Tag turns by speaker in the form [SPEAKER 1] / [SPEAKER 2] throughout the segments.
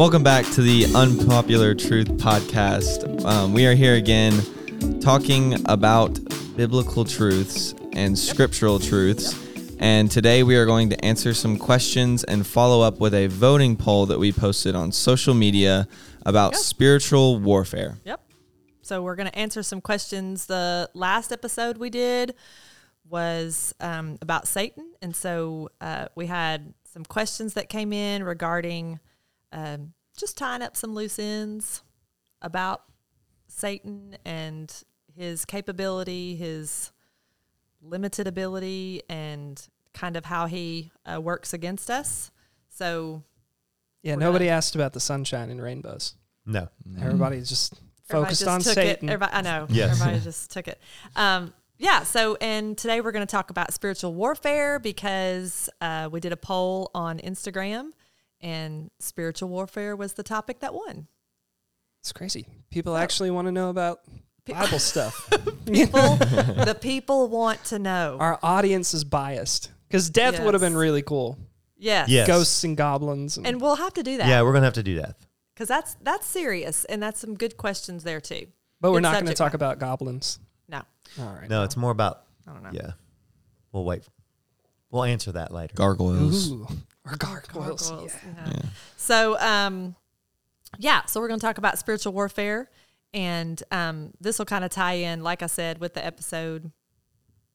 [SPEAKER 1] Welcome back to the Unpopular Truth Podcast. Um, we are here again talking about biblical truths and scriptural truths. And today we are going to answer some questions and follow up with a voting poll that we posted on social media about
[SPEAKER 2] Yep.
[SPEAKER 1] spiritual warfare.
[SPEAKER 2] Yep. So we're going to answer some questions. The last episode we did was um, about Satan, and so uh, we had some questions that came in regarding um, just tying up some loose ends about Satan and his capability, his limited ability, and kind of how he uh, works against us. So
[SPEAKER 3] Yeah,
[SPEAKER 2] We're
[SPEAKER 3] nobody asked about the sunshine and rainbows.
[SPEAKER 4] No.
[SPEAKER 3] Everybody's just
[SPEAKER 2] Everybody
[SPEAKER 3] focused
[SPEAKER 2] just
[SPEAKER 3] on
[SPEAKER 2] took
[SPEAKER 3] Satan.
[SPEAKER 2] It. Everybody, I know.
[SPEAKER 4] Yes.
[SPEAKER 2] Everybody just took it. Um, yeah. So, and today we're going to talk about spiritual warfare because uh, we did a poll on Instagram, and spiritual warfare was the topic that won.
[SPEAKER 3] It's crazy. People actually want to know about
[SPEAKER 2] Pe-
[SPEAKER 3] Bible stuff.
[SPEAKER 2] People, the people want to know.
[SPEAKER 3] Our audience is biased because death would have been
[SPEAKER 2] Yes.
[SPEAKER 3] really cool.
[SPEAKER 2] Yes.
[SPEAKER 4] Yes.
[SPEAKER 3] Ghosts and goblins. And,
[SPEAKER 2] And we'll have to do that.
[SPEAKER 4] Yeah, we're gonna have to do that.
[SPEAKER 2] Because that's that's serious, and that's some good questions there too.
[SPEAKER 3] but we're
[SPEAKER 2] good
[SPEAKER 3] not going to
[SPEAKER 2] subject
[SPEAKER 3] talk
[SPEAKER 2] matter.
[SPEAKER 3] about goblins.
[SPEAKER 2] No.
[SPEAKER 3] All right.
[SPEAKER 4] No, it's more about.
[SPEAKER 2] I don't know.
[SPEAKER 4] Yeah, we'll wait. We'll answer that later.
[SPEAKER 1] Gargoyles.
[SPEAKER 3] Ooh, or gargoyles.
[SPEAKER 2] Gargoyles,
[SPEAKER 3] Yeah.
[SPEAKER 2] yeah. So, um, yeah, so we're going to talk about spiritual warfare, and um, this will kind of tie in, like I said, with the episode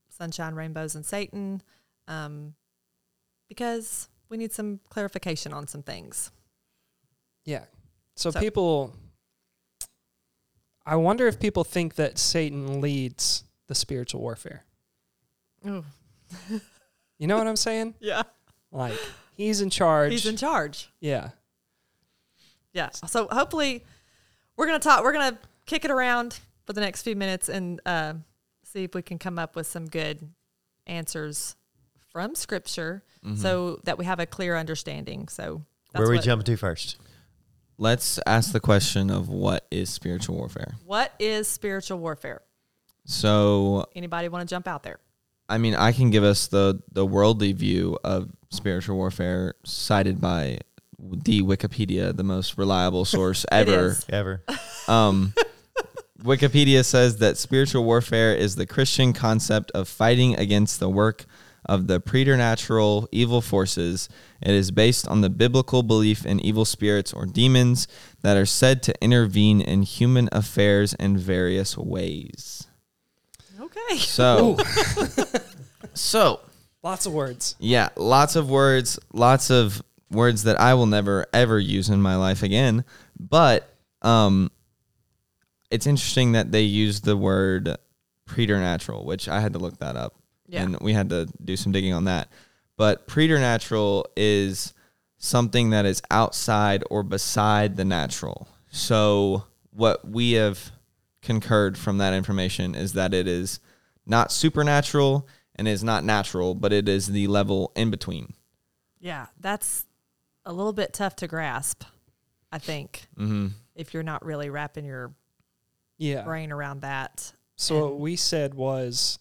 [SPEAKER 2] "Sunshine, Rainbows, and Satan," um, because we need some clarification on some things.
[SPEAKER 3] Yeah. So,
[SPEAKER 2] So-
[SPEAKER 3] people, I wonder if people think that Satan leads the spiritual warfare. You know what I'm saying?
[SPEAKER 2] Yeah,
[SPEAKER 3] Like he's in charge.
[SPEAKER 2] he's in charge.
[SPEAKER 3] yeah.
[SPEAKER 2] Yeah. So hopefully, we're gonna talk. We're gonna kick it around for the next few minutes and uh, see if we can come up with some good answers from Scripture, so that we have a clear understanding. So that's
[SPEAKER 4] Mm-hmm. Where we
[SPEAKER 2] what,
[SPEAKER 4] jump to first?
[SPEAKER 1] Let's ask the question of what is spiritual warfare?
[SPEAKER 2] What is spiritual warfare?
[SPEAKER 1] So,
[SPEAKER 2] Anybody want to jump out there?
[SPEAKER 1] I mean, I can give us the the worldly view of spiritual warfare cited by the Wikipedia, the most reliable source ever.
[SPEAKER 2] is.
[SPEAKER 4] Ever?
[SPEAKER 1] Um, Wikipedia says that spiritual warfare is the Christian concept of fighting against the work of the preternatural evil forces. It is based on the biblical belief in evil spirits or demons that are said to intervene in human affairs in various ways.
[SPEAKER 2] Okay.
[SPEAKER 1] So, so
[SPEAKER 3] Lots of words.
[SPEAKER 1] yeah, lots of words, lots of words that I will never ever use in my life again. But um it's interesting that they use the word preternatural, which I had to look that up.
[SPEAKER 2] Yeah.
[SPEAKER 1] And we had to do some digging on that. But preternatural is something that is outside or beside the natural. So what we have concurred from that information is that it is not supernatural and is not natural, but it is the level in between.
[SPEAKER 2] Yeah, that's a little bit tough to grasp. I think
[SPEAKER 1] Mm-hmm.
[SPEAKER 2] if you're not really wrapping your
[SPEAKER 3] Yeah.
[SPEAKER 2] brain around that.
[SPEAKER 3] So what we said was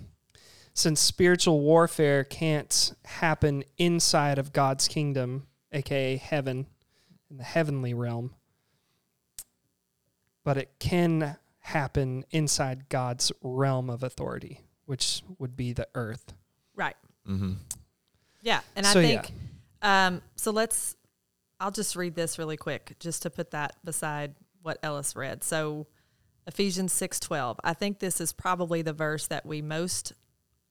[SPEAKER 3] since spiritual warfare can't happen inside of God's kingdom, aka heaven, in the heavenly realm, but it can happen inside God's realm of authority, which would be the earth.
[SPEAKER 2] Right.
[SPEAKER 1] Mm-hmm.
[SPEAKER 2] Yeah, and
[SPEAKER 3] So,
[SPEAKER 2] I
[SPEAKER 3] yeah.
[SPEAKER 2] think um, so. Let's. I'll just read this really quick, just to put that beside what Ellis read. So, Ephesians six twelve. I think this is probably the verse that we most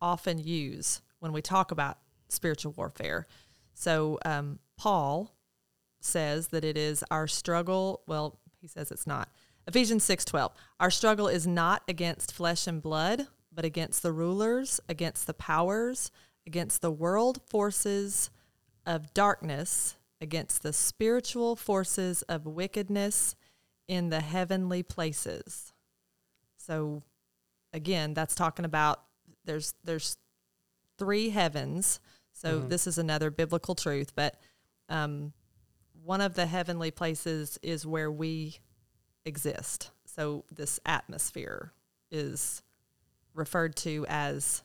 [SPEAKER 2] often use when we talk about spiritual warfare. So, um, Paul says that it is our struggle. Well, he says it's not. Ephesians 6:12. Our struggle is not against flesh and blood, but against the rulers, against the powers, against the world forces of darkness, against the spiritual forces of wickedness in the heavenly places. So again, that's talking about there's there's three heavens. So this is another biblical truth, but um, one of the heavenly places is where we exist. So this atmosphere is referred to as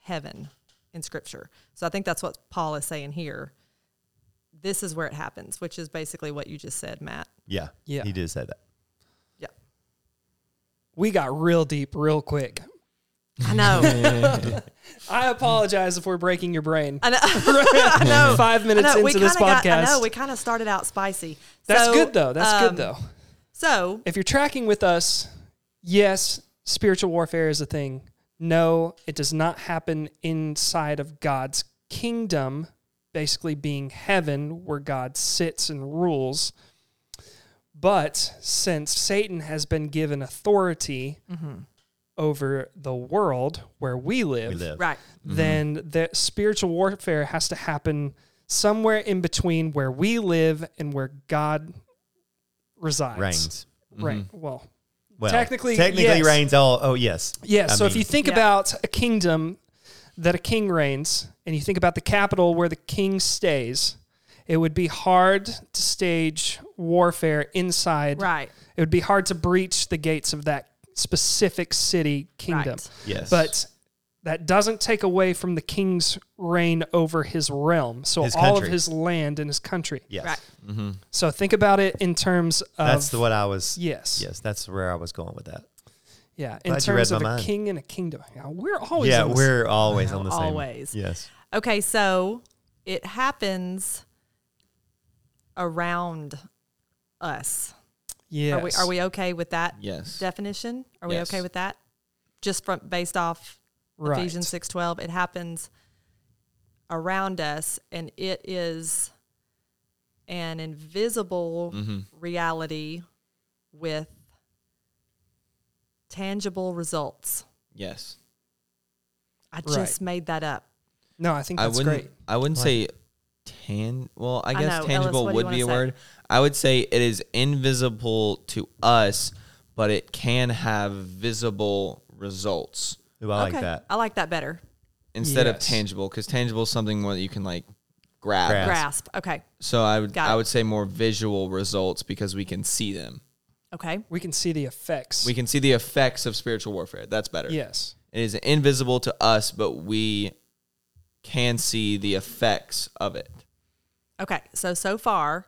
[SPEAKER 2] heaven in scripture. So I think that's what Paul is saying here. This is where it happens, which is basically what you just said, Matt.
[SPEAKER 4] Yeah.
[SPEAKER 3] Yeah.
[SPEAKER 4] He did say that.
[SPEAKER 3] We got real deep real quick.
[SPEAKER 2] I know.
[SPEAKER 3] I apologize if we're breaking your brain.
[SPEAKER 2] I know. I know.
[SPEAKER 3] Five
[SPEAKER 2] I
[SPEAKER 3] minutes
[SPEAKER 2] know. We
[SPEAKER 3] into this
[SPEAKER 2] kinda
[SPEAKER 3] podcast.
[SPEAKER 2] got- I know. We kind of started out spicy.
[SPEAKER 3] That's
[SPEAKER 2] So,
[SPEAKER 3] good though. That's
[SPEAKER 2] um,
[SPEAKER 3] good though.
[SPEAKER 2] So
[SPEAKER 3] If you're tracking with us, yes, spiritual warfare is a thing. No, it does not happen inside of God's kingdom, basically being heaven where God sits and rules. But since Satan has been given authority
[SPEAKER 2] Mm-hmm.
[SPEAKER 3] over the world where we live,
[SPEAKER 4] We live.
[SPEAKER 2] right.
[SPEAKER 3] then the spiritual warfare has to happen somewhere in between where we live and where God resides.
[SPEAKER 4] Reigns. Mm-hmm.
[SPEAKER 3] Right. Well,
[SPEAKER 4] Well,
[SPEAKER 3] Technically,
[SPEAKER 4] technically
[SPEAKER 3] yes.
[SPEAKER 4] reigns all. Oh yes.
[SPEAKER 3] yeah.
[SPEAKER 4] I
[SPEAKER 3] so if
[SPEAKER 4] mean-
[SPEAKER 3] you think
[SPEAKER 2] Yeah.
[SPEAKER 3] about a kingdom that a king reigns and you think about the capital where the king stays, it would be hard to stage warfare inside.
[SPEAKER 2] Right.
[SPEAKER 3] It would be hard to breach the gates of that specific city kingdom.
[SPEAKER 2] Right.
[SPEAKER 1] Yes.
[SPEAKER 3] But that doesn't take away from the king's reign over his realm. So
[SPEAKER 4] His
[SPEAKER 3] all of
[SPEAKER 4] country.
[SPEAKER 3] his land and his country.
[SPEAKER 4] Yes.
[SPEAKER 2] Right.
[SPEAKER 3] So think about it in terms of
[SPEAKER 4] That's the what I was.
[SPEAKER 3] yes.
[SPEAKER 4] Yes. That's where I was going with that.
[SPEAKER 3] Yeah. In
[SPEAKER 4] Glad you
[SPEAKER 3] terms
[SPEAKER 4] read
[SPEAKER 3] of a
[SPEAKER 4] my mind.
[SPEAKER 3] king and a kingdom. Yeah, we're always
[SPEAKER 4] yeah.
[SPEAKER 3] on the
[SPEAKER 4] We're always on the same.
[SPEAKER 2] Always.
[SPEAKER 4] Yes.
[SPEAKER 2] Okay, so it happens around us.
[SPEAKER 3] yes.
[SPEAKER 2] Are we are we okay with that
[SPEAKER 1] yes.
[SPEAKER 2] definition? Are we
[SPEAKER 1] Yes.
[SPEAKER 2] okay with that? Just from based off
[SPEAKER 3] right.
[SPEAKER 2] Ephesians six twelve, it happens around us, and it is an invisible reality with tangible results.
[SPEAKER 1] yes.
[SPEAKER 2] I
[SPEAKER 3] Right.
[SPEAKER 2] just made that up.
[SPEAKER 3] No, I think
[SPEAKER 1] I
[SPEAKER 3] that's
[SPEAKER 1] wouldn't.
[SPEAKER 3] great.
[SPEAKER 1] I wouldn't
[SPEAKER 4] What?
[SPEAKER 1] say tan. Well, I
[SPEAKER 2] I
[SPEAKER 1] guess
[SPEAKER 2] know. Ellis,
[SPEAKER 1] tangible
[SPEAKER 2] what do you
[SPEAKER 1] would
[SPEAKER 2] wanna
[SPEAKER 1] be a
[SPEAKER 2] say?
[SPEAKER 1] word. I would say it is invisible to us, but it can have visible results
[SPEAKER 4] Ooh, I like
[SPEAKER 2] Okay,
[SPEAKER 4] that.
[SPEAKER 2] I like that better.
[SPEAKER 1] instead of
[SPEAKER 3] Yes.
[SPEAKER 1] tangible, because tangible is something more that you can like grab.
[SPEAKER 4] Grasp.
[SPEAKER 2] Grasp. Okay.
[SPEAKER 1] So I would
[SPEAKER 2] Got
[SPEAKER 1] I
[SPEAKER 2] it.
[SPEAKER 1] would say more visual results because we can see them.
[SPEAKER 2] Okay.
[SPEAKER 3] We can see the effects.
[SPEAKER 1] We can see the effects of spiritual warfare. That's better.
[SPEAKER 3] yes.
[SPEAKER 1] It is invisible to us, but we can see the effects of it.
[SPEAKER 2] Okay, so so far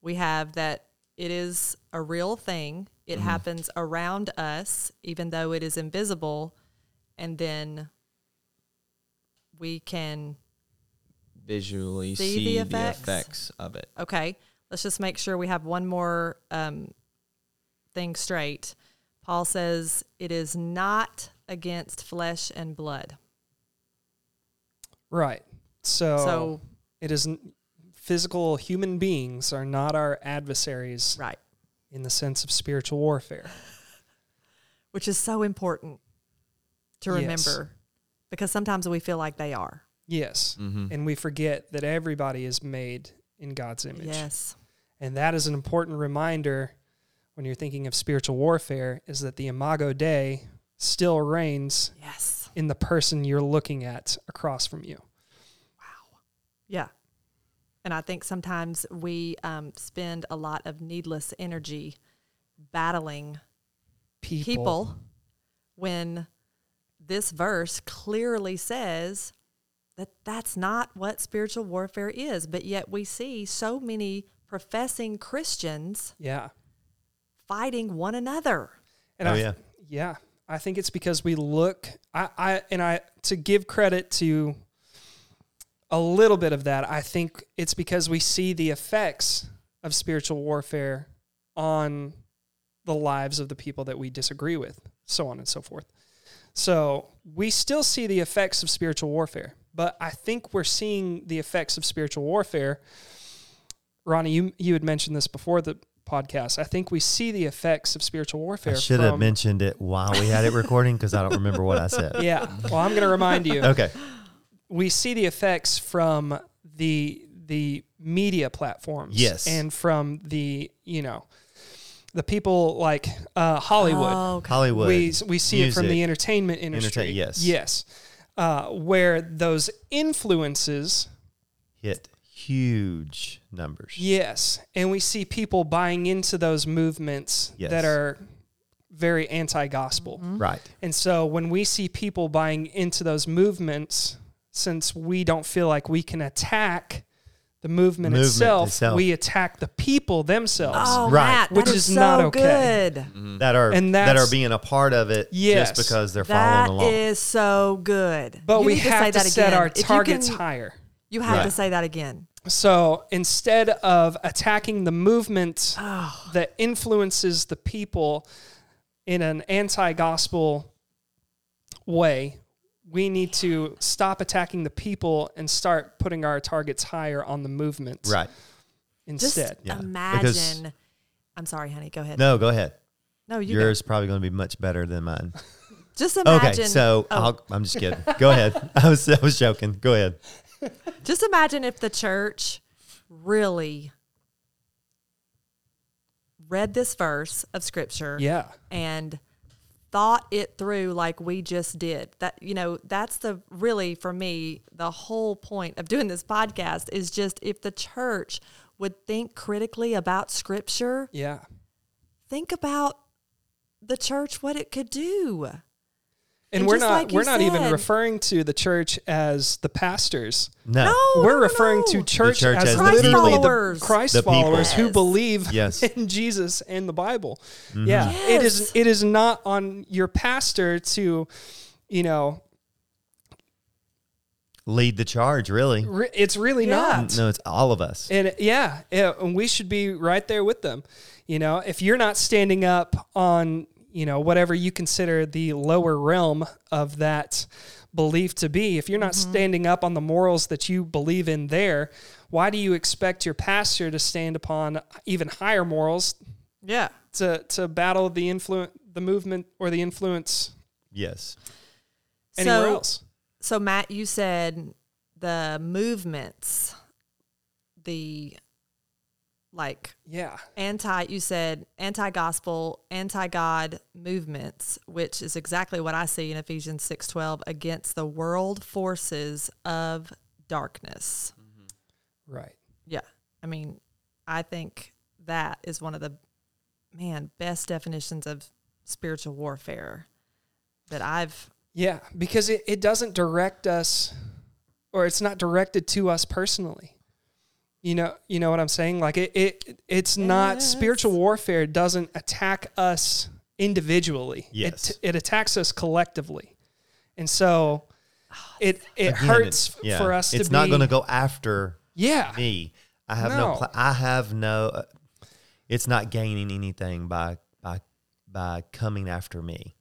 [SPEAKER 2] we have that it is a real thing. It happens around us, even though it is invisible, and then we can.
[SPEAKER 1] Visually see,
[SPEAKER 2] See the
[SPEAKER 1] the,
[SPEAKER 2] effects?
[SPEAKER 1] effects of it.
[SPEAKER 2] Okay, let's just make sure we have one more um, thing straight. Paul says it is not against flesh and blood.
[SPEAKER 3] Right. So,
[SPEAKER 2] So
[SPEAKER 3] it isn't physical human beings are not our adversaries
[SPEAKER 2] right,
[SPEAKER 3] in the sense of spiritual warfare.
[SPEAKER 2] which is so important to
[SPEAKER 3] Yes.
[SPEAKER 2] remember, because sometimes we feel like they are.
[SPEAKER 3] Yes.
[SPEAKER 1] Mm-hmm.
[SPEAKER 3] And we forget that everybody is made in God's image.
[SPEAKER 2] Yes.
[SPEAKER 3] And that is an important reminder when you're thinking of spiritual warfare is that the Imago Dei still reigns
[SPEAKER 2] Yes.
[SPEAKER 3] in the person you're looking at across from you.
[SPEAKER 2] Yeah. And I think sometimes we um, spend a lot of needless energy battling
[SPEAKER 3] People.
[SPEAKER 2] people. when this verse clearly says that that's not what spiritual warfare is. But yet we see so many professing Christians
[SPEAKER 3] Yeah.
[SPEAKER 2] fighting one another.
[SPEAKER 3] And
[SPEAKER 4] Oh,
[SPEAKER 3] I,
[SPEAKER 4] yeah.
[SPEAKER 3] Yeah. I think it's because we look I, I and I to give credit to a little bit of that, I think it's because we see the effects of spiritual warfare on the lives of the people that we disagree with, so on and so forth. So we still see the effects of spiritual warfare, but I think we're seeing the effects of spiritual warfare. Ronnie, you you had mentioned this before the podcast. I think we see the effects of spiritual
[SPEAKER 4] I
[SPEAKER 3] warfare.
[SPEAKER 4] should have
[SPEAKER 3] from-
[SPEAKER 4] mentioned it while we had it recording because I don't remember what I said.
[SPEAKER 3] Yeah. Well, I'm going to remind you.
[SPEAKER 4] Okay.
[SPEAKER 3] We see the effects from the the media platforms.
[SPEAKER 4] Yes.
[SPEAKER 3] And from the you know the people like uh, Hollywood.
[SPEAKER 2] okay.
[SPEAKER 4] Hollywood.
[SPEAKER 3] We we see it from
[SPEAKER 4] Music.
[SPEAKER 3] the entertainment industry.
[SPEAKER 4] Entertain- yes.
[SPEAKER 3] Yes. Uh, where those influences,
[SPEAKER 4] hit huge numbers.
[SPEAKER 3] yes, and we see people buying into those movements
[SPEAKER 4] Yes.
[SPEAKER 3] that are very anti-gospel.
[SPEAKER 4] Right.
[SPEAKER 3] And so when we see people buying into those movements, since we don't feel like we can attack the movement,
[SPEAKER 4] Movement
[SPEAKER 3] itself,
[SPEAKER 4] itself.
[SPEAKER 3] we attack the people themselves.
[SPEAKER 2] Oh,
[SPEAKER 4] Right.
[SPEAKER 2] Matt, that
[SPEAKER 3] Which is not
[SPEAKER 2] so
[SPEAKER 3] okay. Mm-hmm.
[SPEAKER 2] Good.
[SPEAKER 4] Mm-hmm. That are
[SPEAKER 3] And
[SPEAKER 4] that are
[SPEAKER 3] that's-
[SPEAKER 4] being a part of it
[SPEAKER 3] Yes.
[SPEAKER 4] just because they're
[SPEAKER 2] That
[SPEAKER 4] following along.
[SPEAKER 2] is so good.
[SPEAKER 3] But
[SPEAKER 2] You
[SPEAKER 3] we
[SPEAKER 2] need
[SPEAKER 3] have
[SPEAKER 2] say
[SPEAKER 3] to,
[SPEAKER 2] that
[SPEAKER 3] set
[SPEAKER 2] again.
[SPEAKER 3] our
[SPEAKER 2] If you
[SPEAKER 3] targets
[SPEAKER 2] can-
[SPEAKER 3] higher.
[SPEAKER 2] You have to
[SPEAKER 4] Right.
[SPEAKER 2] say that again.
[SPEAKER 3] So instead of attacking the movement
[SPEAKER 2] Oh.
[SPEAKER 3] that influences the people in an anti gospel way, we need to stop attacking the people and start putting our targets higher on the movement
[SPEAKER 4] right.
[SPEAKER 2] Just
[SPEAKER 3] instead.
[SPEAKER 4] Yeah. Because-
[SPEAKER 2] imagine. I'm sorry, honey. Go ahead.
[SPEAKER 4] No, go ahead.
[SPEAKER 2] no you.
[SPEAKER 4] Yours probably going to be much better than mine.
[SPEAKER 2] go. Just imagine.
[SPEAKER 4] okay, so
[SPEAKER 2] oh,
[SPEAKER 4] I'll, I'm just kidding. Go ahead. I was I was joking. Go ahead.
[SPEAKER 2] just imagine if the church really read this verse of scripture
[SPEAKER 3] Yeah.
[SPEAKER 2] and thought it through like we just did. That you know, that's the really for me the whole point of doing this podcast is just if the church would think critically about scripture,
[SPEAKER 3] Yeah.
[SPEAKER 2] think about the church what it could do.
[SPEAKER 3] And,
[SPEAKER 2] And
[SPEAKER 3] we're
[SPEAKER 2] just
[SPEAKER 3] not
[SPEAKER 2] like you
[SPEAKER 3] we're not even
[SPEAKER 2] said-
[SPEAKER 3] referring to the church as the pastors.
[SPEAKER 4] No.
[SPEAKER 2] No,
[SPEAKER 3] we're
[SPEAKER 2] Oh, no,
[SPEAKER 3] referring
[SPEAKER 2] no.
[SPEAKER 3] to church,
[SPEAKER 4] church
[SPEAKER 3] as,
[SPEAKER 4] as the
[SPEAKER 3] literally
[SPEAKER 4] people.
[SPEAKER 3] the
[SPEAKER 2] Followers.
[SPEAKER 3] Christ
[SPEAKER 4] The people.
[SPEAKER 3] followers who
[SPEAKER 2] Yes.
[SPEAKER 3] believe
[SPEAKER 4] Yes. Mm-hmm.
[SPEAKER 3] in Jesus and the Bible. Yeah,
[SPEAKER 2] Yes.
[SPEAKER 3] it is. It is not on your pastor to, you know,
[SPEAKER 4] Lead the charge, really.
[SPEAKER 3] re- it's really
[SPEAKER 2] Yeah.
[SPEAKER 3] not.
[SPEAKER 4] No, it's all of us.
[SPEAKER 3] And it- yeah, yeah, and we should be right there with them. You know, if you're not standing up on, you know, whatever you consider the lower realm of that belief to be, if you're not standing up on the morals that you believe in there, why do you expect your pastor to stand upon even higher morals
[SPEAKER 2] Yeah.
[SPEAKER 3] to to battle the influence the movement or the influence
[SPEAKER 4] yes.
[SPEAKER 3] anywhere
[SPEAKER 2] so,
[SPEAKER 3] else?
[SPEAKER 2] So Matt, you said the movements, the like
[SPEAKER 3] Yeah.
[SPEAKER 2] anti you said anti-gospel anti-god movements which is exactly what i see in ephesians 6.12 against the world forces of darkness
[SPEAKER 3] Right.
[SPEAKER 2] yeah i mean i think that is one of the man best definitions of spiritual warfare that i've
[SPEAKER 3] Yeah, because it, it doesn't direct us or it's not directed to us personally. You know, you know what I'm saying? Like it, it it's not
[SPEAKER 2] Yes.
[SPEAKER 3] spiritual warfare doesn't attack us individually.
[SPEAKER 4] Yes.
[SPEAKER 3] It it attacks us collectively. And so it it
[SPEAKER 4] Again,
[SPEAKER 3] hurts
[SPEAKER 4] it's- yeah.
[SPEAKER 3] for us to
[SPEAKER 4] It's
[SPEAKER 3] be
[SPEAKER 4] not going to go after
[SPEAKER 3] Yeah.
[SPEAKER 4] me. I have no.
[SPEAKER 3] No.
[SPEAKER 4] pla- I have no. uh, it's not gaining anything by by by coming after me.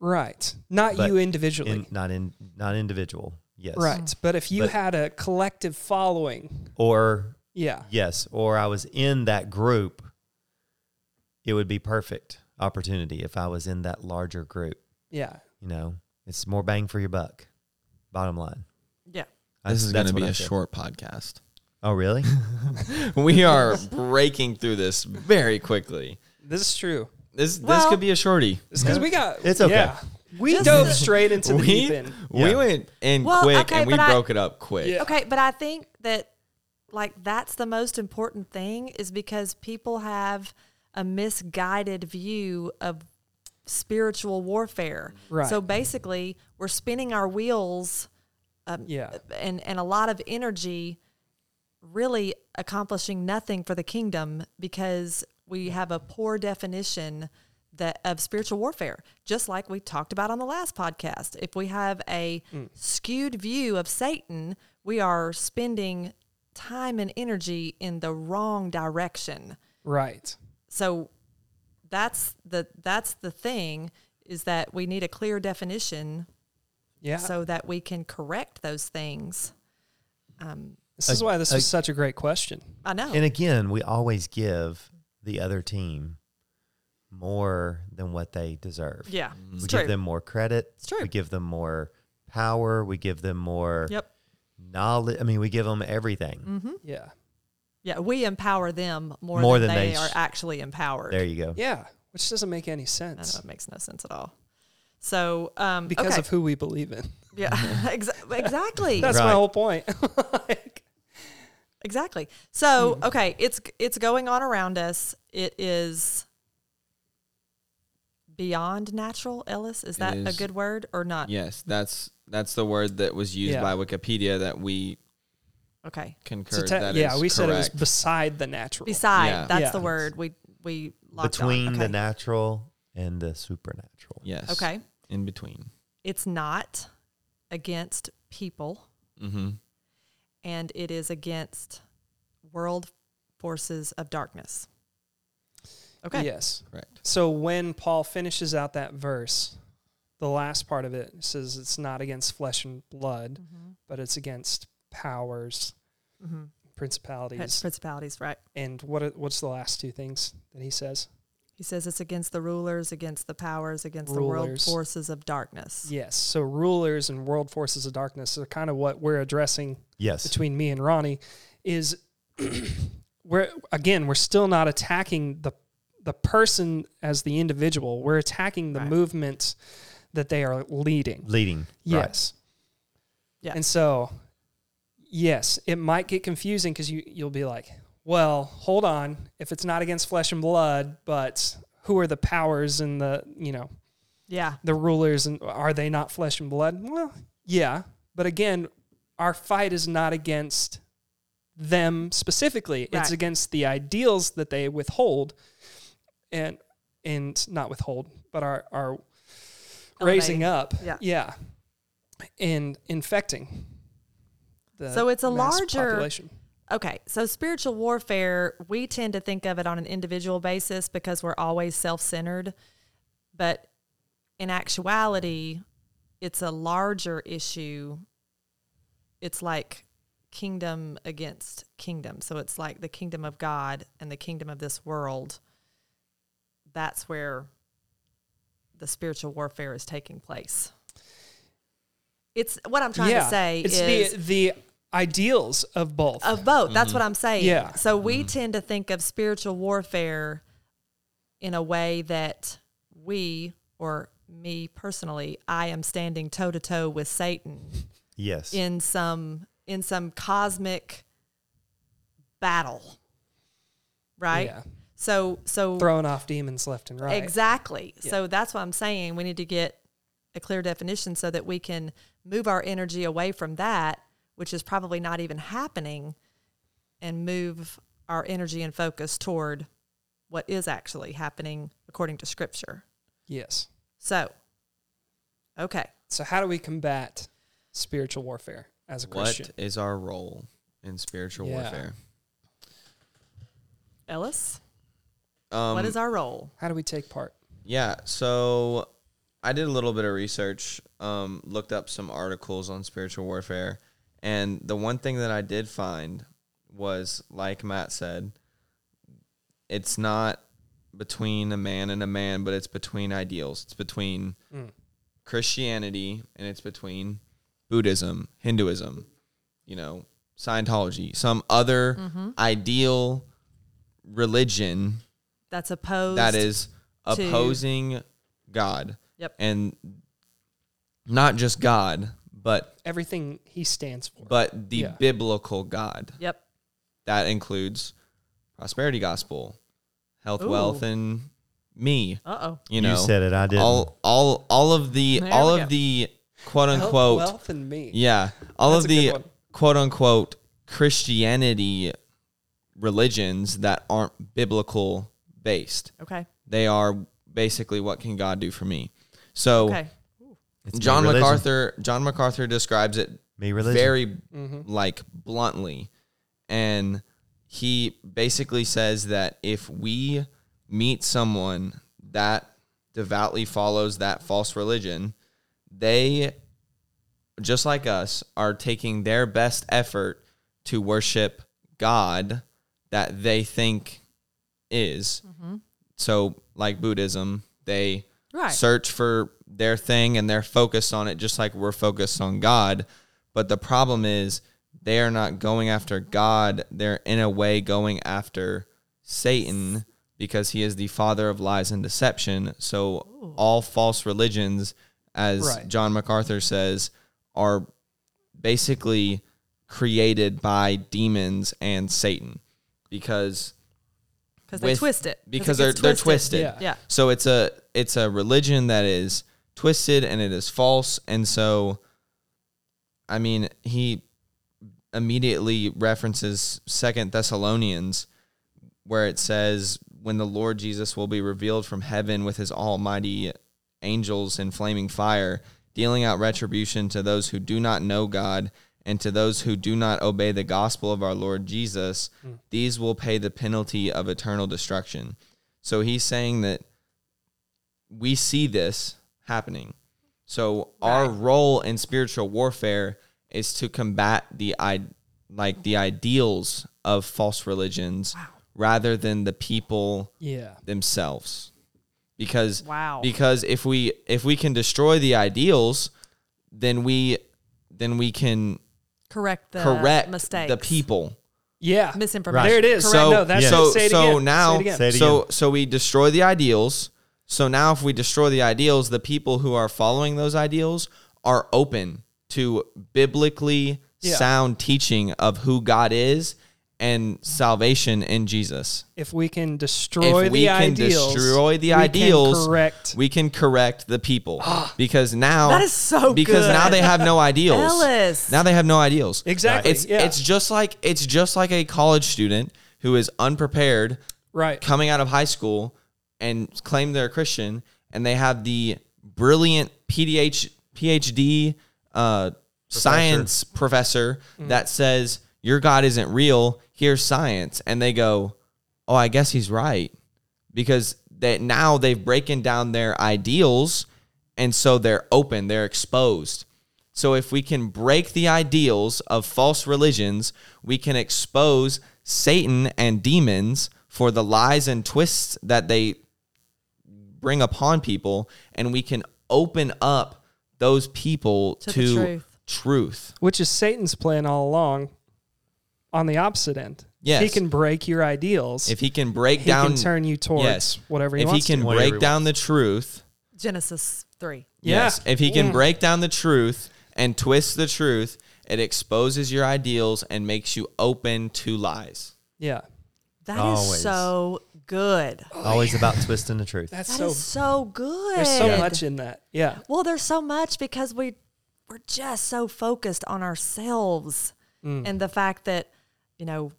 [SPEAKER 3] Right. Not
[SPEAKER 4] But
[SPEAKER 3] you individually.
[SPEAKER 4] In, not in not individual. Yes.
[SPEAKER 3] right. But if you
[SPEAKER 4] But-
[SPEAKER 3] had a collective following,
[SPEAKER 4] Or
[SPEAKER 3] yeah.
[SPEAKER 4] yes. Or I was in that group. It would be perfect opportunity if I was in that larger group.
[SPEAKER 3] Yeah.
[SPEAKER 4] You know, it's more bang for your buck. Bottom line.
[SPEAKER 2] yeah
[SPEAKER 4] I
[SPEAKER 1] This is
[SPEAKER 4] think
[SPEAKER 1] going
[SPEAKER 4] that's
[SPEAKER 1] to
[SPEAKER 4] what
[SPEAKER 1] be
[SPEAKER 4] I
[SPEAKER 1] a
[SPEAKER 4] feel.
[SPEAKER 1] short podcast.
[SPEAKER 4] Oh really?
[SPEAKER 1] We are breaking through this very quickly.
[SPEAKER 3] This is true.
[SPEAKER 1] This this
[SPEAKER 2] Well-
[SPEAKER 1] could be a shorty.
[SPEAKER 3] It's because we got
[SPEAKER 4] It's okay.
[SPEAKER 3] yeah. we
[SPEAKER 2] Just-
[SPEAKER 3] dove straight into the
[SPEAKER 1] We,
[SPEAKER 3] deep end.
[SPEAKER 1] we
[SPEAKER 4] Yeah.
[SPEAKER 1] went in
[SPEAKER 2] Well,
[SPEAKER 1] quick
[SPEAKER 2] okay,
[SPEAKER 1] and we
[SPEAKER 2] but I-
[SPEAKER 1] broke it up quick.
[SPEAKER 3] Yeah.
[SPEAKER 2] Okay, but I think that like that's the most important thing is because people have a misguided view of spiritual warfare.
[SPEAKER 3] Right.
[SPEAKER 2] So basically, we're spinning our wheels
[SPEAKER 3] Yeah.
[SPEAKER 2] and and a lot of energy really accomplishing nothing for the kingdom because we have a poor definition that of spiritual warfare just like we talked about on the last podcast if we have a skewed view of satan we are spending time and energy in the wrong direction
[SPEAKER 3] Right.
[SPEAKER 2] so that's the that's the thing is that we need a clear definition
[SPEAKER 3] Yeah.
[SPEAKER 2] so that we can correct those things
[SPEAKER 3] this is why this was such a great question.
[SPEAKER 2] i know
[SPEAKER 4] And again, we always give the other team more than what they deserve.
[SPEAKER 2] Yeah, it's
[SPEAKER 4] we
[SPEAKER 2] true.
[SPEAKER 4] give them more credit.
[SPEAKER 2] It's true.
[SPEAKER 4] We give them more power. We give them more
[SPEAKER 2] yep.
[SPEAKER 4] knowledge. I mean, we give them everything.
[SPEAKER 2] Mm-hmm.
[SPEAKER 3] Yeah.
[SPEAKER 2] Yeah, we empower them more,
[SPEAKER 4] More
[SPEAKER 2] than,
[SPEAKER 4] than
[SPEAKER 2] they,
[SPEAKER 4] they
[SPEAKER 2] are
[SPEAKER 4] sh-
[SPEAKER 2] actually empowered.
[SPEAKER 4] There you go.
[SPEAKER 3] Yeah. Which doesn't make
[SPEAKER 2] I
[SPEAKER 3] any
[SPEAKER 2] know
[SPEAKER 3] sense
[SPEAKER 2] it makes no sense at all. So um,
[SPEAKER 3] because
[SPEAKER 2] okay.
[SPEAKER 3] of who we believe in.
[SPEAKER 2] yeah, exa- exactly,
[SPEAKER 3] That's my
[SPEAKER 4] Right.
[SPEAKER 3] whole point. like,
[SPEAKER 2] exactly. So
[SPEAKER 3] Mm-hmm.
[SPEAKER 2] okay, it's it's going on around us. It is beyond natural, Ellis? Is that a
[SPEAKER 1] is.
[SPEAKER 2] good word or not?
[SPEAKER 1] Yes, that's that's the word that was used
[SPEAKER 3] Yeah.
[SPEAKER 1] by Wikipedia that we
[SPEAKER 2] Okay.
[SPEAKER 3] So
[SPEAKER 1] concurred.
[SPEAKER 3] te-
[SPEAKER 1] that
[SPEAKER 3] yeah,
[SPEAKER 1] is
[SPEAKER 3] we said it was
[SPEAKER 1] correct.
[SPEAKER 3] beside the natural.
[SPEAKER 2] Beside,
[SPEAKER 1] Yeah.
[SPEAKER 2] that's
[SPEAKER 3] Yeah.
[SPEAKER 2] the word we we locked on.
[SPEAKER 4] between
[SPEAKER 2] okay.
[SPEAKER 4] the natural and the supernatural.
[SPEAKER 1] yes.
[SPEAKER 2] Okay.
[SPEAKER 1] In between.
[SPEAKER 2] It's not against people
[SPEAKER 1] Mm-hmm.
[SPEAKER 2] and it is against world forces of darkness. Okay.
[SPEAKER 3] Yes.
[SPEAKER 1] Correct.
[SPEAKER 3] So when Paul finishes out that verse, the last part of it says it's not against flesh and blood,
[SPEAKER 2] Mm-hmm.
[SPEAKER 3] but it's against powers,
[SPEAKER 2] Mm-hmm.
[SPEAKER 3] principalities,
[SPEAKER 2] Principalities, right?
[SPEAKER 3] and what are- what's the last two things that he says?
[SPEAKER 2] He says it's against the rulers, against the powers, against the world
[SPEAKER 3] Rulers.
[SPEAKER 2] forces of darkness.
[SPEAKER 3] Yes. So rulers and world forces of darkness are kind of what we're addressing
[SPEAKER 4] Yes.
[SPEAKER 3] between me and Ronnie is we're again we're still not attacking the the person as the individual. We're attacking the
[SPEAKER 2] Right.
[SPEAKER 3] movement that they are leading.
[SPEAKER 4] Leading. Right.
[SPEAKER 3] Yes.
[SPEAKER 2] Yeah.
[SPEAKER 3] And so yes, it might get confusing cuz you you'll be like, "Well, hold on, if it's not against flesh and blood, but who are the powers and the, you know,
[SPEAKER 2] Yeah.
[SPEAKER 3] the rulers and are they not flesh and blood? Well, yeah, but again, our fight is not against them specifically. It's
[SPEAKER 2] Right.
[SPEAKER 3] against the ideals that they withhold and and not withhold, but are are raising
[SPEAKER 2] Elevating.
[SPEAKER 3] up.
[SPEAKER 2] Yeah.
[SPEAKER 3] Yeah. And infecting. The
[SPEAKER 2] So it's a
[SPEAKER 3] mass
[SPEAKER 2] larger-
[SPEAKER 3] population.
[SPEAKER 2] Okay, so spiritual warfare, we tend to think of it on an individual basis because we're always self centered. But in actuality, it's a larger issue. It's like kingdom against kingdom. So it's like the kingdom of God and the kingdom of this world. That's where the spiritual warfare is taking place. It's what I'm trying to say
[SPEAKER 3] it's
[SPEAKER 2] is
[SPEAKER 3] the the ideals of both.
[SPEAKER 2] of both. That's what I'm saying.
[SPEAKER 3] Mm-hmm. Yeah. Mm-hmm.
[SPEAKER 2] So we tend to think of spiritual warfare in a way that we or me personally, I am standing toe to toe with Satan
[SPEAKER 4] Yes.
[SPEAKER 2] in some in some cosmic battle. Right?
[SPEAKER 3] Yeah.
[SPEAKER 2] So so
[SPEAKER 3] Throwing off demons left and right.
[SPEAKER 2] Exactly. So that's what I'm saying. We need to get a clear definition so that we can move our energy away from that, which is probably not even happening, and move our energy and focus toward what is actually happening according to scripture.
[SPEAKER 3] Yes.
[SPEAKER 2] So, okay.
[SPEAKER 3] So how do we combat spiritual warfare as a
[SPEAKER 1] What
[SPEAKER 3] Christian?
[SPEAKER 1] is our role in spiritual
[SPEAKER 3] Yeah.
[SPEAKER 1] warfare?
[SPEAKER 2] Ellis,
[SPEAKER 1] Um,
[SPEAKER 2] what is our role?
[SPEAKER 3] How do we take part?
[SPEAKER 1] Yeah, so I did a little bit of research, um, looked up some articles on spiritual warfare, and the one thing that I did find was, like Matt said, it's not between a man and a man, but it's between ideals. It's between Christianity and it's between Buddhism, Hinduism, you know, Scientology, some other ideal religion
[SPEAKER 2] That's opposed.
[SPEAKER 1] that is
[SPEAKER 2] to-
[SPEAKER 1] opposing God.
[SPEAKER 2] Yep.
[SPEAKER 1] And not just God, but
[SPEAKER 3] Everything he stands for.
[SPEAKER 1] but the
[SPEAKER 3] Yeah.
[SPEAKER 1] biblical God.
[SPEAKER 2] Yep.
[SPEAKER 1] That includes prosperity gospel, health,
[SPEAKER 2] Ooh.
[SPEAKER 1] wealth, and me.
[SPEAKER 2] Uh oh.
[SPEAKER 1] You know,
[SPEAKER 4] said it. I didn't.
[SPEAKER 1] all all all of the
[SPEAKER 2] There
[SPEAKER 1] all
[SPEAKER 2] we
[SPEAKER 1] of
[SPEAKER 2] go.
[SPEAKER 1] the quote
[SPEAKER 3] Health,
[SPEAKER 1] unquote
[SPEAKER 3] wealth and me.
[SPEAKER 1] yeah. All
[SPEAKER 3] That's
[SPEAKER 1] of
[SPEAKER 3] a good
[SPEAKER 1] the
[SPEAKER 3] one.
[SPEAKER 1] quote unquote Christianity religions that aren't biblical based.
[SPEAKER 2] Okay.
[SPEAKER 1] They are basically what can God do for me. So
[SPEAKER 2] Okay.
[SPEAKER 4] It's
[SPEAKER 1] John
[SPEAKER 4] me religion.
[SPEAKER 1] MacArthur John MacArthur describes it
[SPEAKER 4] Me religion.
[SPEAKER 1] very like bluntly and he basically says that if we meet someone that devoutly follows that false religion they just like us are taking their best effort to worship god that they think is so like buddhism they
[SPEAKER 2] Right.
[SPEAKER 1] search for their thing and they're focused on it just like we're focused on God. But the problem is they are not going after God. They're in a way going after Satan because he is the father of lies and deception. So all false religions, as
[SPEAKER 3] Right.
[SPEAKER 1] John MacArthur says, are basically created by demons and Satan because
[SPEAKER 2] because they
[SPEAKER 1] with-
[SPEAKER 2] twist it it
[SPEAKER 1] because they're
[SPEAKER 2] gets
[SPEAKER 1] they're twisted.
[SPEAKER 3] Yeah.
[SPEAKER 2] Yeah,
[SPEAKER 1] So it's a it's a religion that is twisted and it is false. And so I mean, he immediately references Second Thessalonians where it says when the Lord Jesus will be revealed from heaven with his almighty angels in flaming fire, dealing out retribution to those who do not know God and to those who do not obey the gospel of our Lord Jesus, these will pay the penalty of eternal destruction. So he's saying that we see this happening. So our role in spiritual warfare is to combat the i like the ideals of false religions rather than the people
[SPEAKER 3] Yeah.
[SPEAKER 1] themselves. Because
[SPEAKER 2] Wow.
[SPEAKER 1] because if we if we can destroy the ideals, then we then we can
[SPEAKER 2] correct the
[SPEAKER 1] correct
[SPEAKER 2] mistakes.
[SPEAKER 1] the people.
[SPEAKER 3] Yeah.
[SPEAKER 2] misinformation.
[SPEAKER 3] There it is.
[SPEAKER 1] So
[SPEAKER 3] right. No, that's
[SPEAKER 1] so
[SPEAKER 3] Say it
[SPEAKER 1] so
[SPEAKER 3] again.
[SPEAKER 1] now
[SPEAKER 3] Say it again.
[SPEAKER 4] Say it
[SPEAKER 1] so so we destroy the ideals. So now if we destroy the ideals, the people who are following those ideals are open to biblically
[SPEAKER 3] Yeah.
[SPEAKER 1] sound teaching of who God is and salvation in Jesus.
[SPEAKER 3] if we can destroy
[SPEAKER 1] if we
[SPEAKER 3] the
[SPEAKER 1] can
[SPEAKER 3] ideals,
[SPEAKER 1] destroy the
[SPEAKER 3] we can
[SPEAKER 1] ideals,
[SPEAKER 3] correct.
[SPEAKER 1] we can correct the people because now
[SPEAKER 2] That is so
[SPEAKER 1] because now
[SPEAKER 2] good.
[SPEAKER 1] they have no ideals.
[SPEAKER 2] Ellis.
[SPEAKER 1] Now they have no ideals.
[SPEAKER 3] Exactly,
[SPEAKER 1] It's
[SPEAKER 3] yeah.
[SPEAKER 1] it's just like it's just like a college student who is unprepared
[SPEAKER 3] right.
[SPEAKER 1] coming out of high school and claim they're a Christian and they have the brilliant PDH, PhD uh, science professor that says, Your God isn't real. Here's science. And they go, Oh, I guess he's right. Because that now they've broken down their ideals and so they're open, they're exposed. So if we can break the ideals of false religions, we can expose Satan and demons for the lies and twists that they bring upon people, and we can open up those people to,
[SPEAKER 2] To the truth.
[SPEAKER 1] truth.
[SPEAKER 3] Which is Satan's plan all along. On the opposite end,
[SPEAKER 1] Yes.
[SPEAKER 3] he can break your ideals.
[SPEAKER 1] If he can break
[SPEAKER 3] he
[SPEAKER 1] down,
[SPEAKER 3] can turn you towards
[SPEAKER 1] Yes.
[SPEAKER 3] whatever he
[SPEAKER 1] if he
[SPEAKER 3] wants
[SPEAKER 1] can
[SPEAKER 3] to.
[SPEAKER 4] do. Whatever
[SPEAKER 1] break
[SPEAKER 4] he
[SPEAKER 1] down the truth,
[SPEAKER 2] Genesis three.
[SPEAKER 3] Yeah.
[SPEAKER 1] Yes. If he can
[SPEAKER 3] Mm.
[SPEAKER 1] break down the truth and twist the truth, it exposes your ideals and makes you open to lies.
[SPEAKER 3] Yeah,
[SPEAKER 2] That is
[SPEAKER 4] Always.
[SPEAKER 2] so good.
[SPEAKER 4] Always about twisting the truth.
[SPEAKER 3] that's
[SPEAKER 2] That is
[SPEAKER 3] so.
[SPEAKER 2] so, good.
[SPEAKER 3] There's so much in that. Yeah,
[SPEAKER 2] Well, there's so much because we we're just so focused on ourselves
[SPEAKER 3] Mm.
[SPEAKER 2] and the fact that you know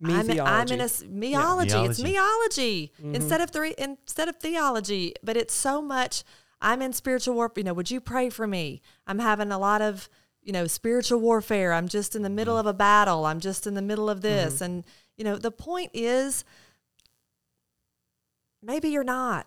[SPEAKER 3] me
[SPEAKER 2] I'm, I'm
[SPEAKER 3] theology.
[SPEAKER 2] in a s- meology. It's
[SPEAKER 4] Meology.
[SPEAKER 2] meology instead of three instead of theology, but it's so much. I'm in spiritual warfare. You know, would you pray for me? I'm having a lot of you know spiritual warfare. I'm just in the middle of a battle. I'm just in the middle of this, and you know the point is maybe you're not.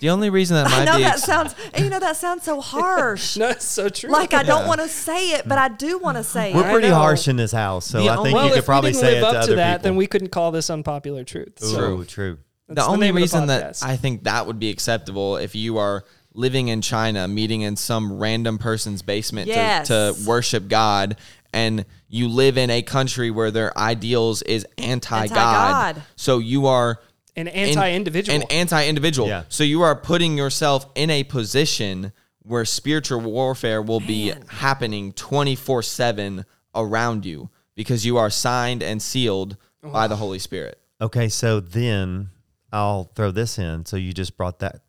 [SPEAKER 1] The only reason that
[SPEAKER 2] I
[SPEAKER 1] might
[SPEAKER 2] know
[SPEAKER 1] be
[SPEAKER 2] that
[SPEAKER 1] ex-
[SPEAKER 2] sounds. and you know that sounds so harsh.
[SPEAKER 3] no, it's so true.
[SPEAKER 2] Like I don't
[SPEAKER 1] Yeah.
[SPEAKER 2] want to say it, but I do want to say
[SPEAKER 4] We're
[SPEAKER 2] it.
[SPEAKER 3] I
[SPEAKER 4] pretty
[SPEAKER 3] know.
[SPEAKER 4] harsh in this house, so
[SPEAKER 1] The
[SPEAKER 4] I think
[SPEAKER 1] only-
[SPEAKER 3] well,
[SPEAKER 4] you
[SPEAKER 3] if
[SPEAKER 4] could probably
[SPEAKER 3] we didn't
[SPEAKER 4] say
[SPEAKER 3] live
[SPEAKER 4] it
[SPEAKER 3] up
[SPEAKER 4] to
[SPEAKER 3] to,
[SPEAKER 4] other
[SPEAKER 3] that,
[SPEAKER 4] people.
[SPEAKER 3] then we couldn't call this unpopular truth. So
[SPEAKER 1] True.
[SPEAKER 4] True, true.
[SPEAKER 1] the
[SPEAKER 3] that's
[SPEAKER 1] only
[SPEAKER 3] name of
[SPEAKER 1] reason that
[SPEAKER 3] podcast.
[SPEAKER 1] I think that would be acceptable if you are living in China, meeting in some random person's basement
[SPEAKER 2] Yes.
[SPEAKER 1] to, to worship God, and you live in a country where their ideals is anti God.
[SPEAKER 2] Anti-God.
[SPEAKER 1] So you are
[SPEAKER 3] an
[SPEAKER 1] in-
[SPEAKER 3] anti-individual.
[SPEAKER 1] An anti-individual.
[SPEAKER 4] Yeah.
[SPEAKER 1] So you are putting yourself in a position where spiritual warfare will be happening 24/7 around you because you are signed and sealed by the Holy Spirit.
[SPEAKER 4] Okay, so then I'll throw this in. So you just brought that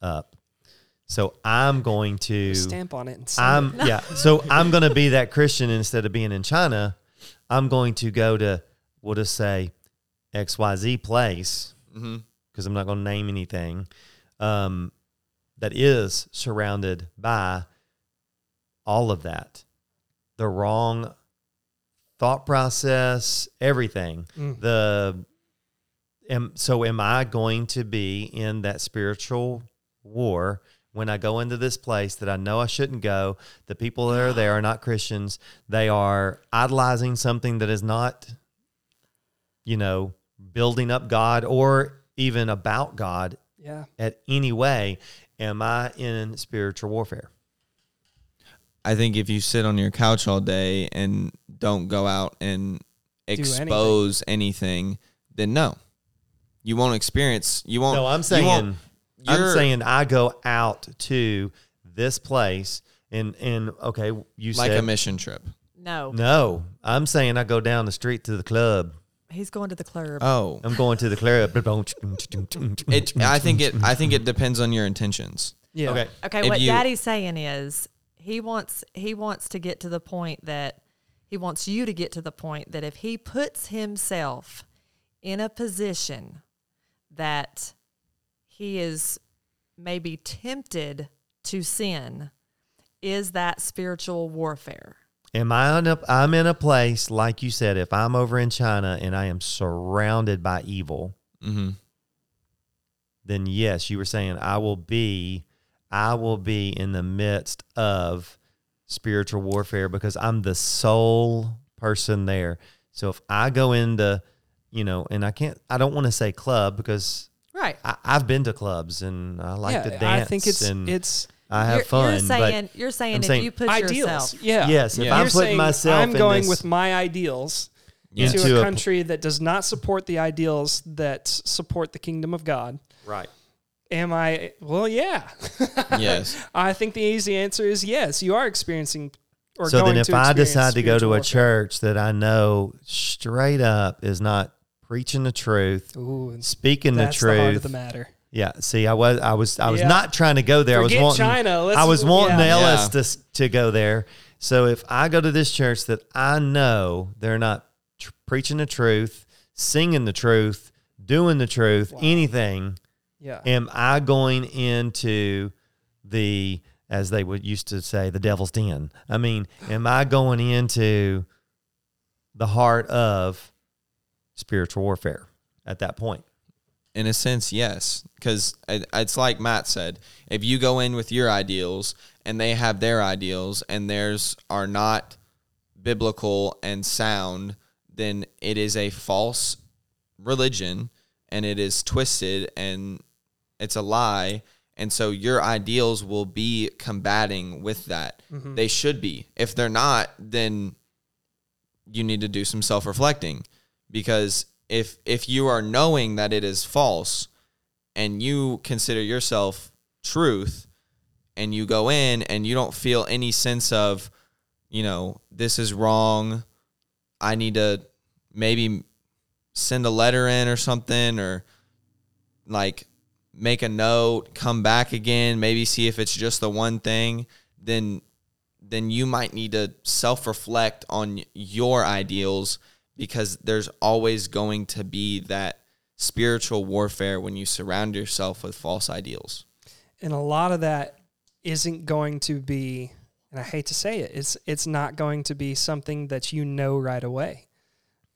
[SPEAKER 4] up. So I'm going to
[SPEAKER 3] stamp on it. And sign it.
[SPEAKER 4] I'm yeah. So I'm going to be that Christian instead of being in China. I'm going to go to we'll just say X Y Z place because I'm not going to name anything um, that is surrounded by all of that, the wrong thought process, everything. The am so am I going to be in that spiritual war when I go into this place that I know I shouldn't go? The people that are there are not Christians. They are idolizing something that is not, you know, building up God or even about God
[SPEAKER 3] yeah.
[SPEAKER 4] at any way. Am I in spiritual warfare?
[SPEAKER 1] I think if you sit on your couch all day and don't go out and
[SPEAKER 3] anything.
[SPEAKER 1] expose anything. then no. You won't experience you won't
[SPEAKER 4] No, I'm
[SPEAKER 1] you
[SPEAKER 4] saying
[SPEAKER 1] won't-
[SPEAKER 4] I'm
[SPEAKER 1] you're-
[SPEAKER 4] saying I go out to this place and and okay, you
[SPEAKER 1] like
[SPEAKER 4] said
[SPEAKER 1] a mission trip.
[SPEAKER 2] No,
[SPEAKER 4] no. I'm saying I go down the street to the club.
[SPEAKER 2] He's going to the club.
[SPEAKER 1] Oh,
[SPEAKER 4] I'm going to the club.
[SPEAKER 1] it, I think it. I think it depends on your intentions.
[SPEAKER 3] Yeah.
[SPEAKER 4] Okay.
[SPEAKER 2] okay,
[SPEAKER 1] if
[SPEAKER 2] what
[SPEAKER 1] you-
[SPEAKER 2] Daddy's saying is he wants he wants to get to the point that he wants you to get to the point that if he puts himself in a position that he is maybe tempted to sin, is that spiritual warfare?
[SPEAKER 4] Am I on a, I'm in a place, like you said, if I'm over in China and I am surrounded by evil,
[SPEAKER 1] Mm-hmm.
[SPEAKER 4] then yes, you were saying I will be, I will be in the midst of spiritual warfare because I'm the sole person there. So if I go into, you know, and I can't, I don't want to say club because
[SPEAKER 2] Right.
[SPEAKER 4] I, I've been to clubs and I like
[SPEAKER 3] yeah,
[SPEAKER 4] to dance.
[SPEAKER 3] I think it's
[SPEAKER 4] and
[SPEAKER 3] it's
[SPEAKER 4] I have
[SPEAKER 2] you're,
[SPEAKER 4] fun.
[SPEAKER 2] You're
[SPEAKER 4] but
[SPEAKER 2] saying you're saying
[SPEAKER 4] I'm
[SPEAKER 2] if
[SPEAKER 4] saying
[SPEAKER 2] you put
[SPEAKER 3] ideals.
[SPEAKER 2] yourself
[SPEAKER 3] Yeah.
[SPEAKER 4] yes, if
[SPEAKER 1] Yeah.
[SPEAKER 4] I'm
[SPEAKER 3] You're
[SPEAKER 4] putting
[SPEAKER 3] saying,
[SPEAKER 4] myself,
[SPEAKER 3] I'm
[SPEAKER 4] in
[SPEAKER 3] going
[SPEAKER 4] this-
[SPEAKER 3] with my ideals
[SPEAKER 1] Yeah.
[SPEAKER 4] Into
[SPEAKER 3] to
[SPEAKER 4] a
[SPEAKER 3] a
[SPEAKER 4] p-
[SPEAKER 3] country that does not support the ideals that support the kingdom of God.
[SPEAKER 4] right.
[SPEAKER 3] Am I? Well, yeah.
[SPEAKER 1] yes.
[SPEAKER 3] I think the easy answer is yes. You are experiencing. Or
[SPEAKER 4] so
[SPEAKER 3] going
[SPEAKER 4] then if
[SPEAKER 3] to
[SPEAKER 4] I
[SPEAKER 3] experience
[SPEAKER 4] decide to go to
[SPEAKER 3] spiritual
[SPEAKER 4] a
[SPEAKER 3] warfare.
[SPEAKER 4] church that I know straight up is not preaching the truth,
[SPEAKER 3] Ooh, and
[SPEAKER 4] speaking the
[SPEAKER 3] that's the heart
[SPEAKER 4] truth.
[SPEAKER 3] of the matter.
[SPEAKER 4] yeah, see, I was I was I was
[SPEAKER 3] Yeah.
[SPEAKER 4] not trying to go there.
[SPEAKER 3] Forget
[SPEAKER 4] I was wanting
[SPEAKER 3] China. Let's-
[SPEAKER 4] I was wanting
[SPEAKER 3] yeah.
[SPEAKER 4] Ellis
[SPEAKER 1] Yeah.
[SPEAKER 4] to s- to go there. So if I go to this church that I know they're not tr- preaching the truth, singing the truth, doing the truth, anything,
[SPEAKER 3] Yeah.
[SPEAKER 4] am I going into the as they would used to say the devil's den? I mean, am I going into the heart of spiritual warfare at that point?
[SPEAKER 1] in a sense, yes, because it's like Matt said. If you go in with your ideals and they have their ideals and theirs are not biblical and sound, then it is a false religion and it is twisted and it's a lie. And so your ideals will be combating with that. They should be. If they're not, then you need to do some self-reflecting because if if you are knowing that it is false and you consider yourself truth and you go in and you don't feel any sense of you know this is wrong i need to maybe send a letter in or something or like make a note come back again maybe see if it's just the one thing then then you might need to self reflect on your ideals because there's always going to be that spiritual warfare when you surround yourself with false ideals.
[SPEAKER 3] and a lot of that isn't going to be and I hate to say it it's it's not going to be something that you know right away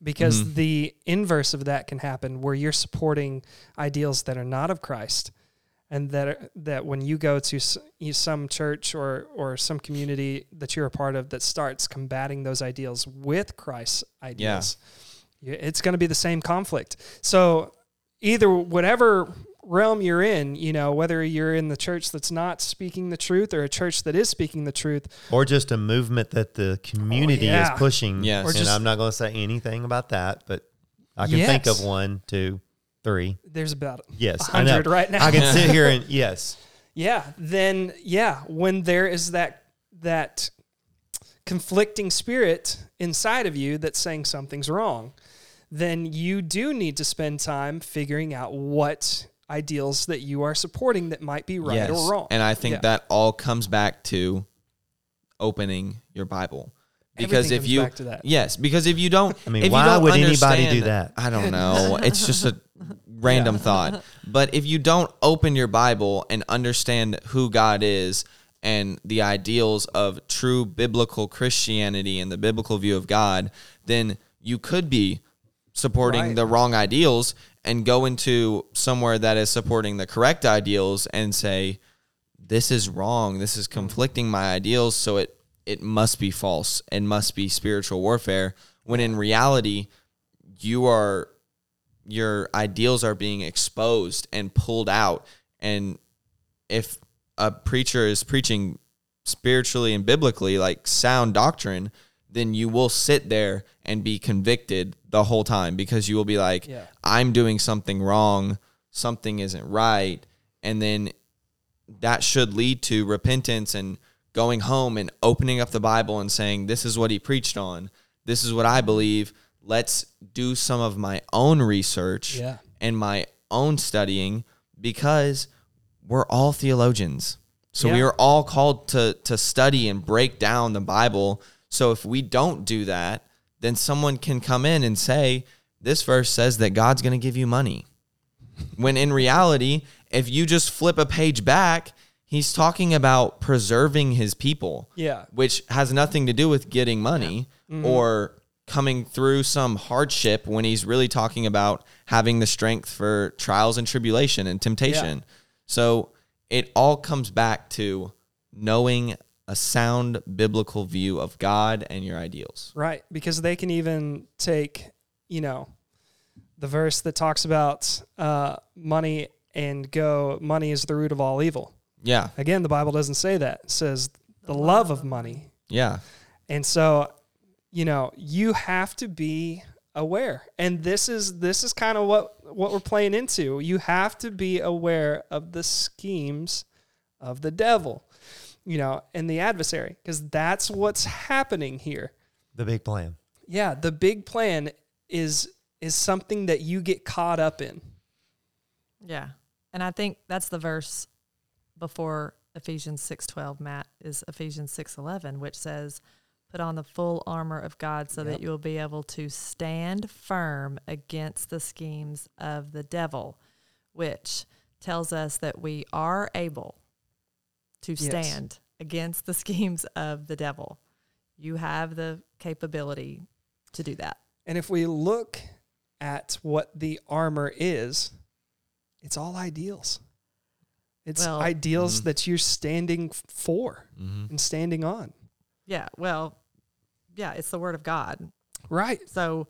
[SPEAKER 3] because the inverse of that can happen where you're supporting ideals that are not of Christ and that are, that when you go to s- you- some church or or some community that you're a part of that starts combating those ideals with Christ's ideals you- it's going to be the same conflict so either whatever realm you're in, you know, whether you're in the church that's not speaking the truth or a church that is speaking the truth,
[SPEAKER 4] Or just a movement that the community
[SPEAKER 3] Oh, yeah.
[SPEAKER 4] is pushing.
[SPEAKER 1] Yes. Or
[SPEAKER 4] And
[SPEAKER 3] just-
[SPEAKER 4] I'm not going to say anything about that, but I can think
[SPEAKER 3] Yes.
[SPEAKER 4] of one, two, three.
[SPEAKER 3] there's about
[SPEAKER 4] Yes. I know.
[SPEAKER 3] 100 right now.
[SPEAKER 4] I can sit here and yes.
[SPEAKER 3] yeah, then yeah, when there is that that conflicting spirit inside of you that's saying something's wrong, then you do need to spend time figuring out what ideals that you are supporting that might be right or wrong.
[SPEAKER 1] And I think
[SPEAKER 3] Yeah.
[SPEAKER 1] that all comes back to opening your Bible. Because
[SPEAKER 3] Everything
[SPEAKER 1] if
[SPEAKER 3] comes
[SPEAKER 1] you
[SPEAKER 3] back to that.
[SPEAKER 1] Yes, because if you don't
[SPEAKER 4] I mean,
[SPEAKER 1] if you
[SPEAKER 4] why
[SPEAKER 1] don't
[SPEAKER 4] would anybody do
[SPEAKER 1] understand-
[SPEAKER 4] that?
[SPEAKER 1] I don't know. it's just a random thought. But if you don't open your Bible and understand who God is and the ideals of true biblical Christianity and the biblical view of God, then you could be supporting
[SPEAKER 3] Right.
[SPEAKER 1] the wrong ideals and go into somewhere that is supporting the correct ideals and say this is wrong this is conflicting my ideals so it it must be false and must be spiritual warfare when in reality you are your ideals are being exposed and pulled out and if a preacher is preaching spiritually and biblically like sound doctrine then you will sit there and be convicted the whole time because you will be like
[SPEAKER 3] Yeah.
[SPEAKER 1] i'm doing something wrong something isn't right and then that should lead to repentance and going home and opening up the Bible and saying, This is what he preached on. This is what I believe. let's do some of my own research
[SPEAKER 3] Yeah.
[SPEAKER 1] and my own studying because we're all theologians. So we
[SPEAKER 3] Yeah.
[SPEAKER 1] are all called to to study and break down the Bible. So if we don't do that, then someone can come in and say, this verse says that God's going to give you money. When in reality, if you just flip a page back, he's talking about preserving his people
[SPEAKER 3] Yeah.
[SPEAKER 1] which has nothing to do with getting money or coming through some hardship when he's really talking about having the strength for trials and tribulation and temptation. So it all comes back to knowing a sound biblical view of God and your ideals.
[SPEAKER 3] Right, because they can even take, you know, the verse that talks about uh, money and go, money is the root of all evil.
[SPEAKER 1] Yeah.
[SPEAKER 3] Again, the Bible doesn't say that. It says the love of money.
[SPEAKER 1] Yeah.
[SPEAKER 3] And so, you know, you have to be aware. And this is this is kind of what what we're playing into. You have to be aware of the schemes of the devil, you know, and the adversary, because that's what's happening here.
[SPEAKER 4] The big plan.
[SPEAKER 3] yeah the big plan is is something that you get caught up in
[SPEAKER 2] Yeah. And I think that's the verse before Ephesians 6:12, Matt, is Ephesians 6:11, which says, "Put on the full armor of God so that you will be able to stand firm against the schemes of the devil," which tells us that we are able to
[SPEAKER 3] Yes.
[SPEAKER 2] stand against the schemes of the devil. You have the capability to do that.
[SPEAKER 3] and if we look at what the armor is it's all ideals it's
[SPEAKER 2] Well-
[SPEAKER 3] ideals that you're standing f- for and standing on
[SPEAKER 2] Yeah, well, yeah, it's the word of God.
[SPEAKER 3] right
[SPEAKER 2] So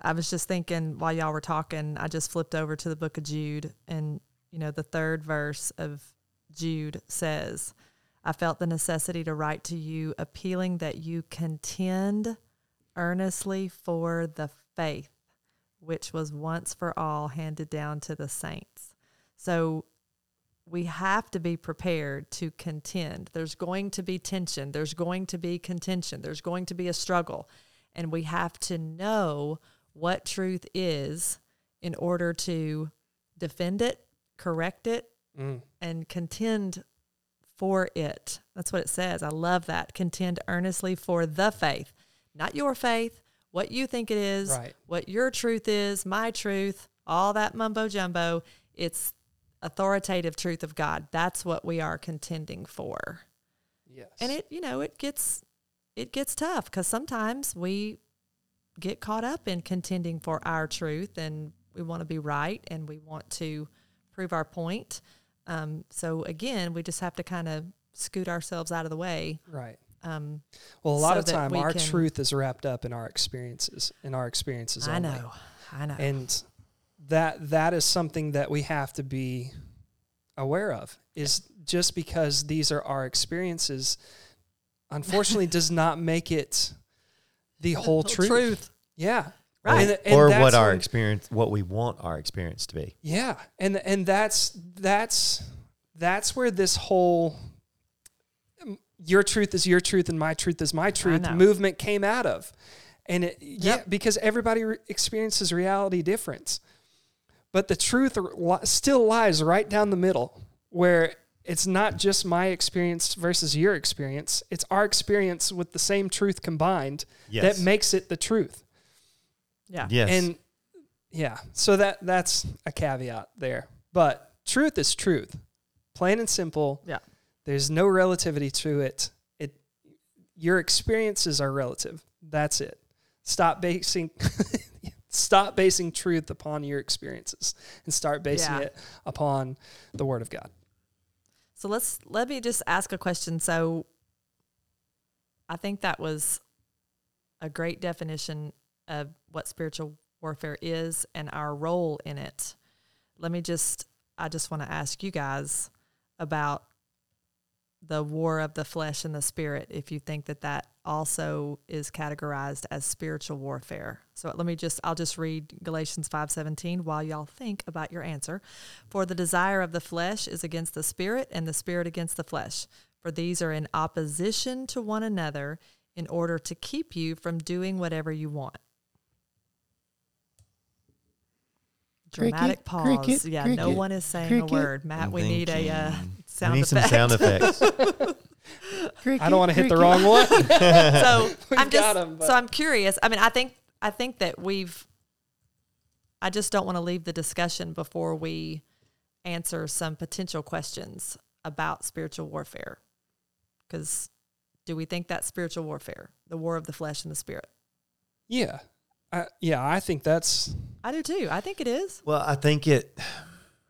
[SPEAKER 2] I was just thinking while y'all were talking, I just flipped over to the book of Jude, and you know, the third verse of Jude says, I felt the necessity to write to you, appealing that you contend earnestly for the faith which was once for all handed down to the saints. So we have to be prepared to contend. There's going to be tension, there's going to be contention, there's going to be a struggle. And we have to know what truth is in order to defend it, correct it,
[SPEAKER 3] Mm.
[SPEAKER 2] and contend for it. That's what it says. I love that. Contend earnestly for the faith, not your faith, what you think it is,
[SPEAKER 3] Right.
[SPEAKER 2] what your truth is, my truth, all that mumbo jumbo. It's authoritative truth of God. That's what we are contending for.
[SPEAKER 3] yes
[SPEAKER 2] And it, you know, it gets it gets tough cuz sometimes we get caught up in contending for our truth and we want to be right and we want to prove our point. Um, so again, we just have to kind of scoot ourselves out of the way.
[SPEAKER 3] right
[SPEAKER 2] Um,
[SPEAKER 3] well a lot
[SPEAKER 2] So
[SPEAKER 3] of
[SPEAKER 2] that
[SPEAKER 3] time
[SPEAKER 2] we
[SPEAKER 3] our
[SPEAKER 2] can-
[SPEAKER 3] truth is wrapped up in our experiences in our experiences
[SPEAKER 2] I
[SPEAKER 3] only.
[SPEAKER 2] know, I know.
[SPEAKER 3] and that that is something that we have to be aware of is just because these are our experiences unfortunately does not make it the whole
[SPEAKER 2] Whole
[SPEAKER 3] truth.
[SPEAKER 2] truth.
[SPEAKER 3] yeah
[SPEAKER 2] Right.
[SPEAKER 3] And- and
[SPEAKER 4] or
[SPEAKER 3] that's
[SPEAKER 4] what our
[SPEAKER 3] when-
[SPEAKER 4] experience, what we want our experience to be.
[SPEAKER 3] yeah and and that's that's that's where this whole um, your truth is your truth and my truth is my truth
[SPEAKER 2] know.
[SPEAKER 3] movement came out of and it, yeah
[SPEAKER 2] Yep.
[SPEAKER 3] because everybody re- experiences reality different but the truth r- li- still lies right down the middle where it's not just my experience versus your experience it's our experience with the same truth combined
[SPEAKER 4] Yes.
[SPEAKER 3] that makes it the truth
[SPEAKER 2] Yeah.
[SPEAKER 4] Yes.
[SPEAKER 3] and yeah, so that that's a caveat there. But truth is truth, plain and simple.
[SPEAKER 2] Yeah.
[SPEAKER 3] There's no relativity to it. It your experiences are relative. That's it. Stop basing stop basing truth upon your experiences and start basing
[SPEAKER 2] Yeah.
[SPEAKER 3] it upon the word of God.
[SPEAKER 2] So let's let me just ask a question. So I think that was a great definition of what spiritual warfare is and our role in it. Let me just I just want to ask you guys about the war of the flesh and the spirit if you think that that also is categorized as spiritual warfare. So let me just I'll just read Galatians 5:17 while y'all think about your answer. For the desire of the flesh is against the spirit, and the spirit against the flesh. For these are in opposition to one another in order to keep you from doing whatever you want. Dramatic pause.
[SPEAKER 5] cricket,
[SPEAKER 2] yeah, no
[SPEAKER 5] cricket,
[SPEAKER 2] one is saying
[SPEAKER 5] cricket.
[SPEAKER 2] a word. Matt,
[SPEAKER 1] I'm
[SPEAKER 2] we need a uh,
[SPEAKER 1] thinking.
[SPEAKER 2] sound
[SPEAKER 4] we need
[SPEAKER 2] effect.
[SPEAKER 4] some sound effects.
[SPEAKER 3] I don't want to hit the wrong one.
[SPEAKER 2] so I'm
[SPEAKER 3] got
[SPEAKER 2] just
[SPEAKER 3] 'em, but-
[SPEAKER 2] so I'm curious. I mean, I think I think that we've. I just don't want to leave the discussion before we answer some potential questions about spiritual warfare. Because do we think that's spiritual warfare, the war of the flesh and the spirit?
[SPEAKER 3] yeah, I, yeah. I think that's
[SPEAKER 2] I do too. I think it is.
[SPEAKER 4] Well, I think it.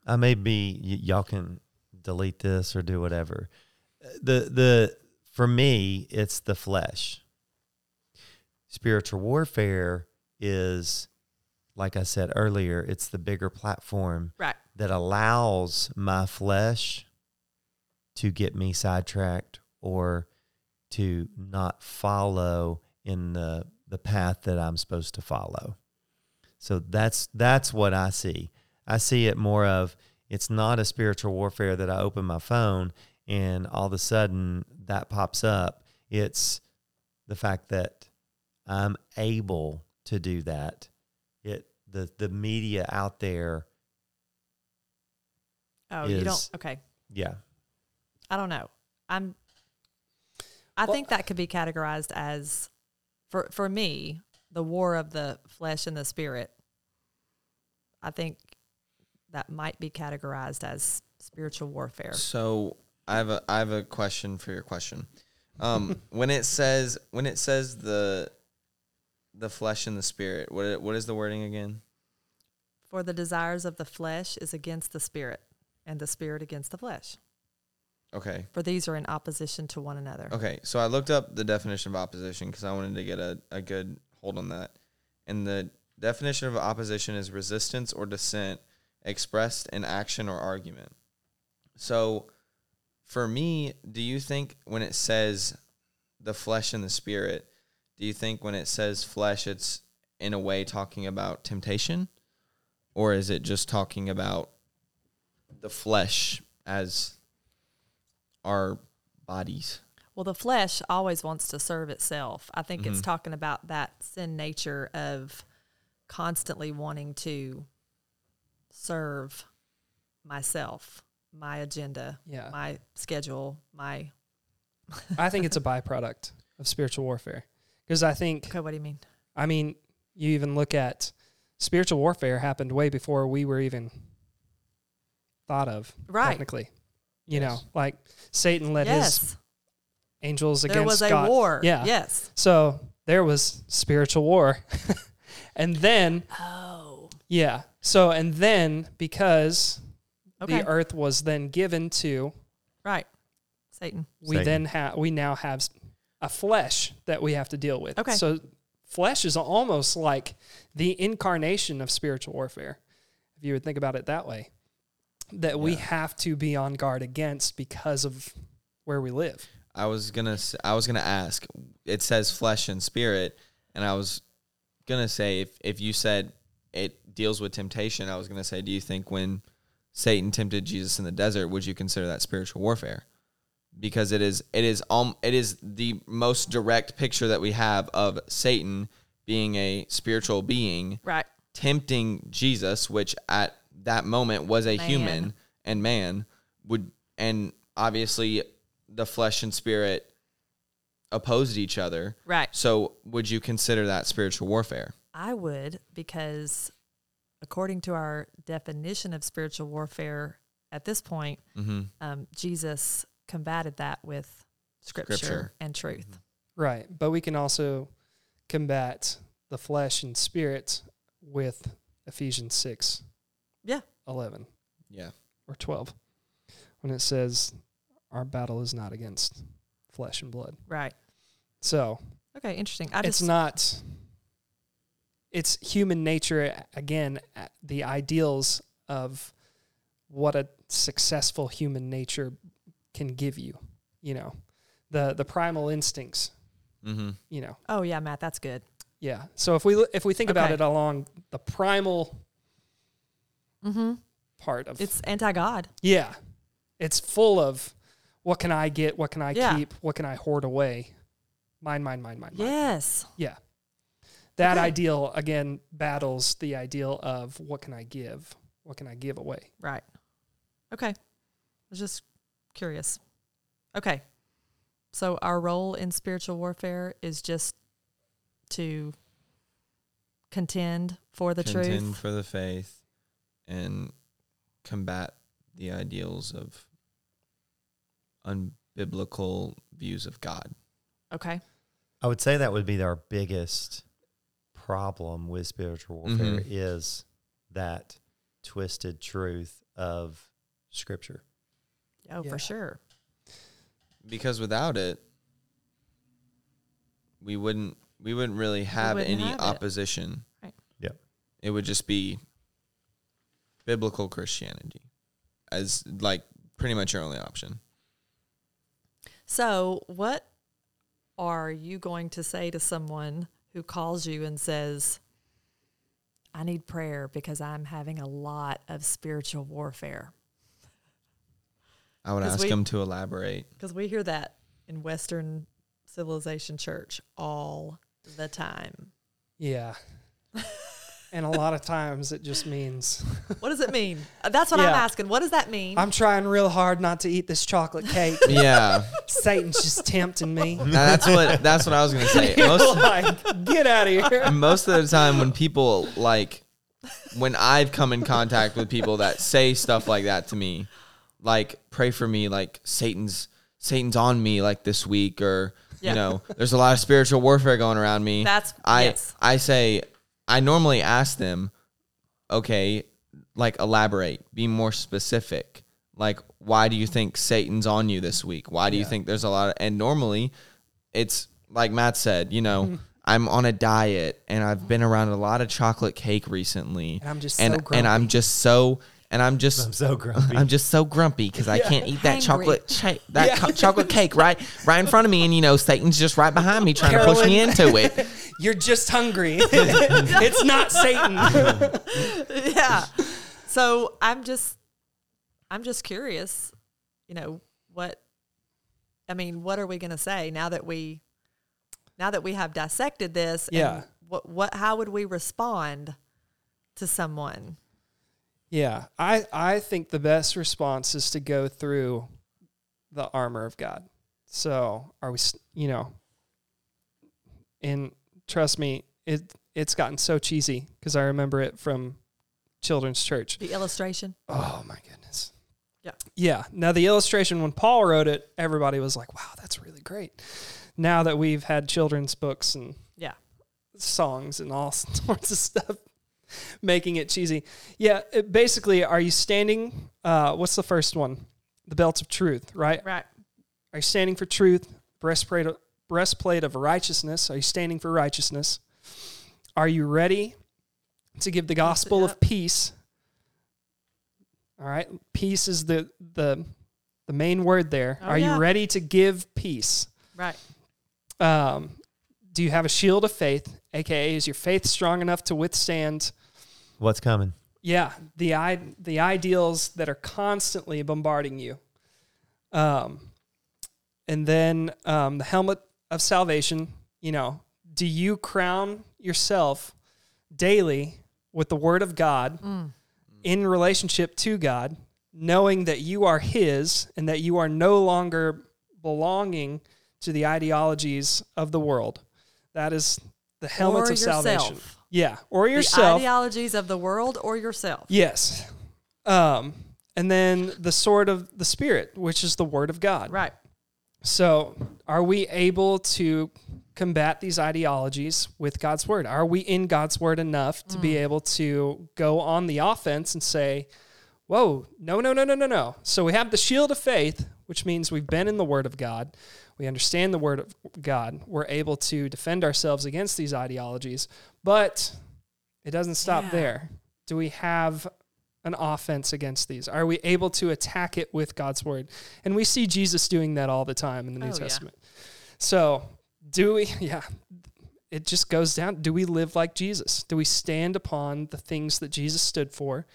[SPEAKER 4] I may be y- y'all can delete this or do whatever. The the for me, it's the flesh. Spiritual warfare is, like I said earlier, it's the bigger platform
[SPEAKER 2] Right.
[SPEAKER 4] that allows my flesh to get me sidetracked or to not follow in the the path that I'm supposed to follow. So that's that's what I see. I see it more of it's not a spiritual warfare that I open my phone and all of a sudden that pops up. It's the fact that I'm able to do that. It the the media out there,
[SPEAKER 2] Oh, you don't.
[SPEAKER 4] Is-
[SPEAKER 2] Okay.
[SPEAKER 4] yeah.
[SPEAKER 2] I don't know. I'm. I
[SPEAKER 3] Well-
[SPEAKER 2] think that could be categorized as, for for me, the war of the flesh and the spirit. I think that might be categorized as spiritual warfare.
[SPEAKER 1] So I have a I have a question for your question. Um, when it says when it says the the flesh and the spirit, what i- what is the wording again?
[SPEAKER 2] For the desires of the flesh is against the spirit, and the spirit against the flesh.
[SPEAKER 1] Okay,
[SPEAKER 2] For these are in opposition to one another.
[SPEAKER 1] okay. So I looked up the definition of opposition because I wanted to get a, a good hold on that. And the definition of opposition is resistance or dissent expressed in action or argument. So for me, do you think when it says the flesh and the spirit, do you think when it says flesh, it's in a way talking about temptation? Or is it just talking about the flesh as our bodies?
[SPEAKER 2] Well, the flesh always wants to serve itself. I think it's talking about that sin nature of constantly wanting to serve myself, my agenda,
[SPEAKER 3] Yeah.
[SPEAKER 2] my schedule, my.
[SPEAKER 3] I think it's a byproduct of spiritual warfare because I think
[SPEAKER 2] Okay, what do you mean?
[SPEAKER 3] I mean you even look at spiritual warfare happened way before we were even thought of
[SPEAKER 2] Right.
[SPEAKER 3] technically. You know, like Satan led his
[SPEAKER 2] yes,
[SPEAKER 3] angels
[SPEAKER 2] there
[SPEAKER 3] against
[SPEAKER 2] was a
[SPEAKER 3] God.
[SPEAKER 2] war.
[SPEAKER 3] Yeah.
[SPEAKER 2] Yes.
[SPEAKER 3] So there was spiritual war. and then
[SPEAKER 2] Oh.
[SPEAKER 3] yeah. So and then because
[SPEAKER 2] Okay.
[SPEAKER 3] the earth was then given to
[SPEAKER 2] Right. Satan.
[SPEAKER 3] we
[SPEAKER 4] Satan.
[SPEAKER 3] then have we now have s- a flesh that we have to deal with.
[SPEAKER 2] Okay.
[SPEAKER 3] So flesh is almost like the incarnation of spiritual warfare, if you would think about it that way. That we
[SPEAKER 1] Yeah.
[SPEAKER 3] have to be on guard against because of where we live.
[SPEAKER 1] I was gonna s- I was gonna ask. It says flesh and spirit, and I was gonna say if if you said it deals with temptation, I was gonna say, do you think when Satan tempted Jesus in the desert, would you consider that spiritual warfare? Because it is it is um it is the most direct picture that we have of Satan being a spiritual being
[SPEAKER 2] Right.
[SPEAKER 1] tempting Jesus, which at that moment was a
[SPEAKER 2] Man.
[SPEAKER 1] human and man, would and obviously the flesh and spirit opposed each other.
[SPEAKER 2] Right.
[SPEAKER 1] So would you consider that spiritual warfare?
[SPEAKER 2] I would because according to our definition of spiritual warfare at this point,
[SPEAKER 1] Mm-hmm.
[SPEAKER 2] um, Jesus combated that with scripture,
[SPEAKER 1] Scripture. Mm-hmm.
[SPEAKER 2] and truth.
[SPEAKER 3] Right. But we can also combat the flesh and spirit with Ephesians 6.
[SPEAKER 2] Yeah.
[SPEAKER 3] 11
[SPEAKER 1] Yeah.
[SPEAKER 3] or 12 when it says our battle is not against flesh and blood.
[SPEAKER 2] Right.
[SPEAKER 3] So,
[SPEAKER 2] Okay. Interesting. I
[SPEAKER 3] it's
[SPEAKER 2] just
[SPEAKER 3] not it's human nature again a- the ideals of what a successful human nature can give you you know the the primal instincts
[SPEAKER 1] Mm-hmm.
[SPEAKER 3] you know
[SPEAKER 2] oh yeah, Matt, that's good.
[SPEAKER 3] yeah so if we l- if we think about
[SPEAKER 2] Okay.
[SPEAKER 3] it along the primal
[SPEAKER 2] Mm-hmm.
[SPEAKER 3] part of
[SPEAKER 2] It's anti God.
[SPEAKER 3] yeah it's full of what can i get what can i
[SPEAKER 2] Yeah.
[SPEAKER 3] keep what can i hoard away mine mine mine mine mine
[SPEAKER 2] Yes.
[SPEAKER 3] yeah That ideal again battles the ideal of what can I give? What can I give away?
[SPEAKER 2] Right. Okay. I was just curious. Okay. So our role in spiritual warfare is just to contend for the
[SPEAKER 1] contend
[SPEAKER 2] truth.
[SPEAKER 1] for the faith and combat the ideals of unbiblical views of God.
[SPEAKER 2] Okay.
[SPEAKER 4] I would say that would be our biggest problem with spiritual warfare
[SPEAKER 1] Mhm.
[SPEAKER 4] is that twisted truth of scripture.
[SPEAKER 2] Oh,
[SPEAKER 3] Yeah.
[SPEAKER 2] for sure.
[SPEAKER 1] Because without it, we wouldn't we wouldn't really have
[SPEAKER 2] wouldn't
[SPEAKER 1] any
[SPEAKER 2] have it.
[SPEAKER 1] opposition.
[SPEAKER 2] Right.
[SPEAKER 4] Yep.
[SPEAKER 1] It would just be biblical Christianity as like pretty much your only option.
[SPEAKER 2] So, what are you going to say to someone who calls you and says, I need prayer because I'm having a lot of spiritual warfare?
[SPEAKER 1] I would
[SPEAKER 2] 'Cause
[SPEAKER 1] ask
[SPEAKER 2] we-
[SPEAKER 1] him to elaborate.
[SPEAKER 2] Because we hear that in Western civilization church all the time.
[SPEAKER 3] Yeah. and a lot of times it just means
[SPEAKER 2] What does it mean? Uh, That's what I'm
[SPEAKER 3] Yeah.
[SPEAKER 2] asking. What does that mean?
[SPEAKER 3] I'm trying real hard not to eat this chocolate cake.
[SPEAKER 1] Yeah.
[SPEAKER 3] Satan's just tempting me.
[SPEAKER 1] Now, that's what that's what I was gonna say. Most
[SPEAKER 3] like, get out of here.
[SPEAKER 1] most of the time when people like when I've come in contact with people that say stuff like that to me, like pray for me, like Satan's Satan's on me like this week or
[SPEAKER 2] Yeah.
[SPEAKER 1] you know, there's a lot of spiritual warfare going around me.
[SPEAKER 2] That's-
[SPEAKER 1] I
[SPEAKER 2] yes.
[SPEAKER 1] I say I normally ask them, okay, like elaborate, be more specific. Like, why do you think Satan's on you this week? Why do you think there's a lot of, and normally it's like Matt said, you
[SPEAKER 3] Mm-hmm.
[SPEAKER 1] know, I'm on a diet and I've been around a lot of chocolate cake recently.
[SPEAKER 3] And I'm just
[SPEAKER 1] and,
[SPEAKER 3] so
[SPEAKER 1] and I'm
[SPEAKER 3] grumpy.
[SPEAKER 1] just so, and I'm just,
[SPEAKER 4] I'm so grumpy.
[SPEAKER 1] I'm just so grumpy because I can't eat that
[SPEAKER 2] Hangry.
[SPEAKER 1] chocolate cha- that co- chocolate cake right right in front of me, and you know Satan's just right behind me trying to push me
[SPEAKER 3] Carolyn.
[SPEAKER 1] into it.
[SPEAKER 3] You're just hungry. it's not Satan.
[SPEAKER 2] yeah. So I'm just, I'm just curious. You know what? I mean, what are we going to say now that we, now that we have dissected this? and
[SPEAKER 3] Yeah.
[SPEAKER 2] what? What? How would we respond to someone?
[SPEAKER 3] Yeah. I, I think the best response is to go through the armor of God. So are we, s- you know, and trust me, it, it's gotten so cheesy because I remember it from children's church.
[SPEAKER 2] The illustration.
[SPEAKER 3] Oh my goodness.
[SPEAKER 2] Yeah.
[SPEAKER 3] Yeah. Now the illustration when Paul wrote it, everybody was like, "Wow, that's really great." Now that we've had children's books and
[SPEAKER 2] Yeah.
[SPEAKER 3] songs and all sorts of stuff making it cheesy. Yeah, it basically are you standing uh what's the first one? The belt of truth, right?
[SPEAKER 2] Right.
[SPEAKER 3] Are you standing for truth? Breastplate of, breastplate of righteousness. Are you standing for righteousness? Are you ready to give the gospel
[SPEAKER 2] yeah.
[SPEAKER 3] of peace? All right, peace is the the the main word there.
[SPEAKER 2] Oh,
[SPEAKER 3] Are
[SPEAKER 2] yeah.
[SPEAKER 3] you ready to give peace?
[SPEAKER 2] Right.
[SPEAKER 3] Um, do you have a shield of faith? AKA, is your faith strong enough to withstand?
[SPEAKER 4] What's coming?
[SPEAKER 3] Yeah, the i the ideals that are constantly bombarding you. Um, and then um, the helmet of salvation. You know, do you crown yourself daily with the Word of God
[SPEAKER 2] Mm.
[SPEAKER 3] in relationship to God, knowing that you are His and that you are no longer belonging to the ideologies of the world? That is the helmet
[SPEAKER 2] Or
[SPEAKER 3] of salvation.
[SPEAKER 2] yourself.
[SPEAKER 3] Yeah, or
[SPEAKER 2] The
[SPEAKER 3] yourself.
[SPEAKER 2] ideologies of the world or yourself.
[SPEAKER 3] Yes. Um, and then the sword of the Spirit, which is the word of God.
[SPEAKER 2] Right.
[SPEAKER 3] So, are we able to combat these ideologies with God's word? Are we in God's word enough to
[SPEAKER 2] Mm.
[SPEAKER 3] be able to go on the offense and say, Whoa, no, no, no, no, no, no. So, we have the shield of faith, which means we've been in the word of God. We understand the word of God. We're able to defend ourselves against these ideologies, but it doesn't stop
[SPEAKER 2] Yeah.
[SPEAKER 3] there. Do we have an offense against these? Are we able to attack it with God's word? And we see Jesus doing that all the time in the New
[SPEAKER 2] Oh, yeah.
[SPEAKER 3] Testament. So, do we, yeah, it just goes down. Do we live like Jesus? Do we stand upon the things that Jesus stood for?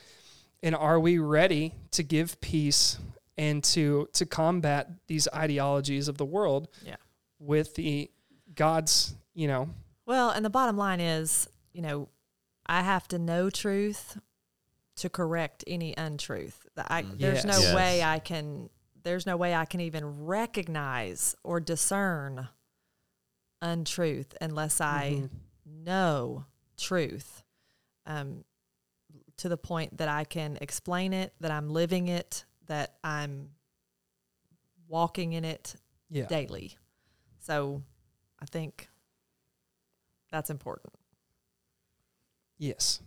[SPEAKER 3] And are we ready to give peace and to to combat these ideologies of the world
[SPEAKER 2] Yeah.
[SPEAKER 3] with the God's, you know,
[SPEAKER 2] Well, and the bottom line is, you know, I have to know truth to correct any untruth. The- I, There's no
[SPEAKER 4] Mm. Yes.
[SPEAKER 2] way
[SPEAKER 4] Yes.
[SPEAKER 2] I can. There's no way I can even recognize or discern untruth unless I
[SPEAKER 3] mm-hmm.
[SPEAKER 4] Mm-hmm.
[SPEAKER 2] know truth. Um, to the point that I can explain it, that I'm living it, that I'm walking in it
[SPEAKER 3] Yeah.
[SPEAKER 2] daily. So I think that's important.
[SPEAKER 3] Yes.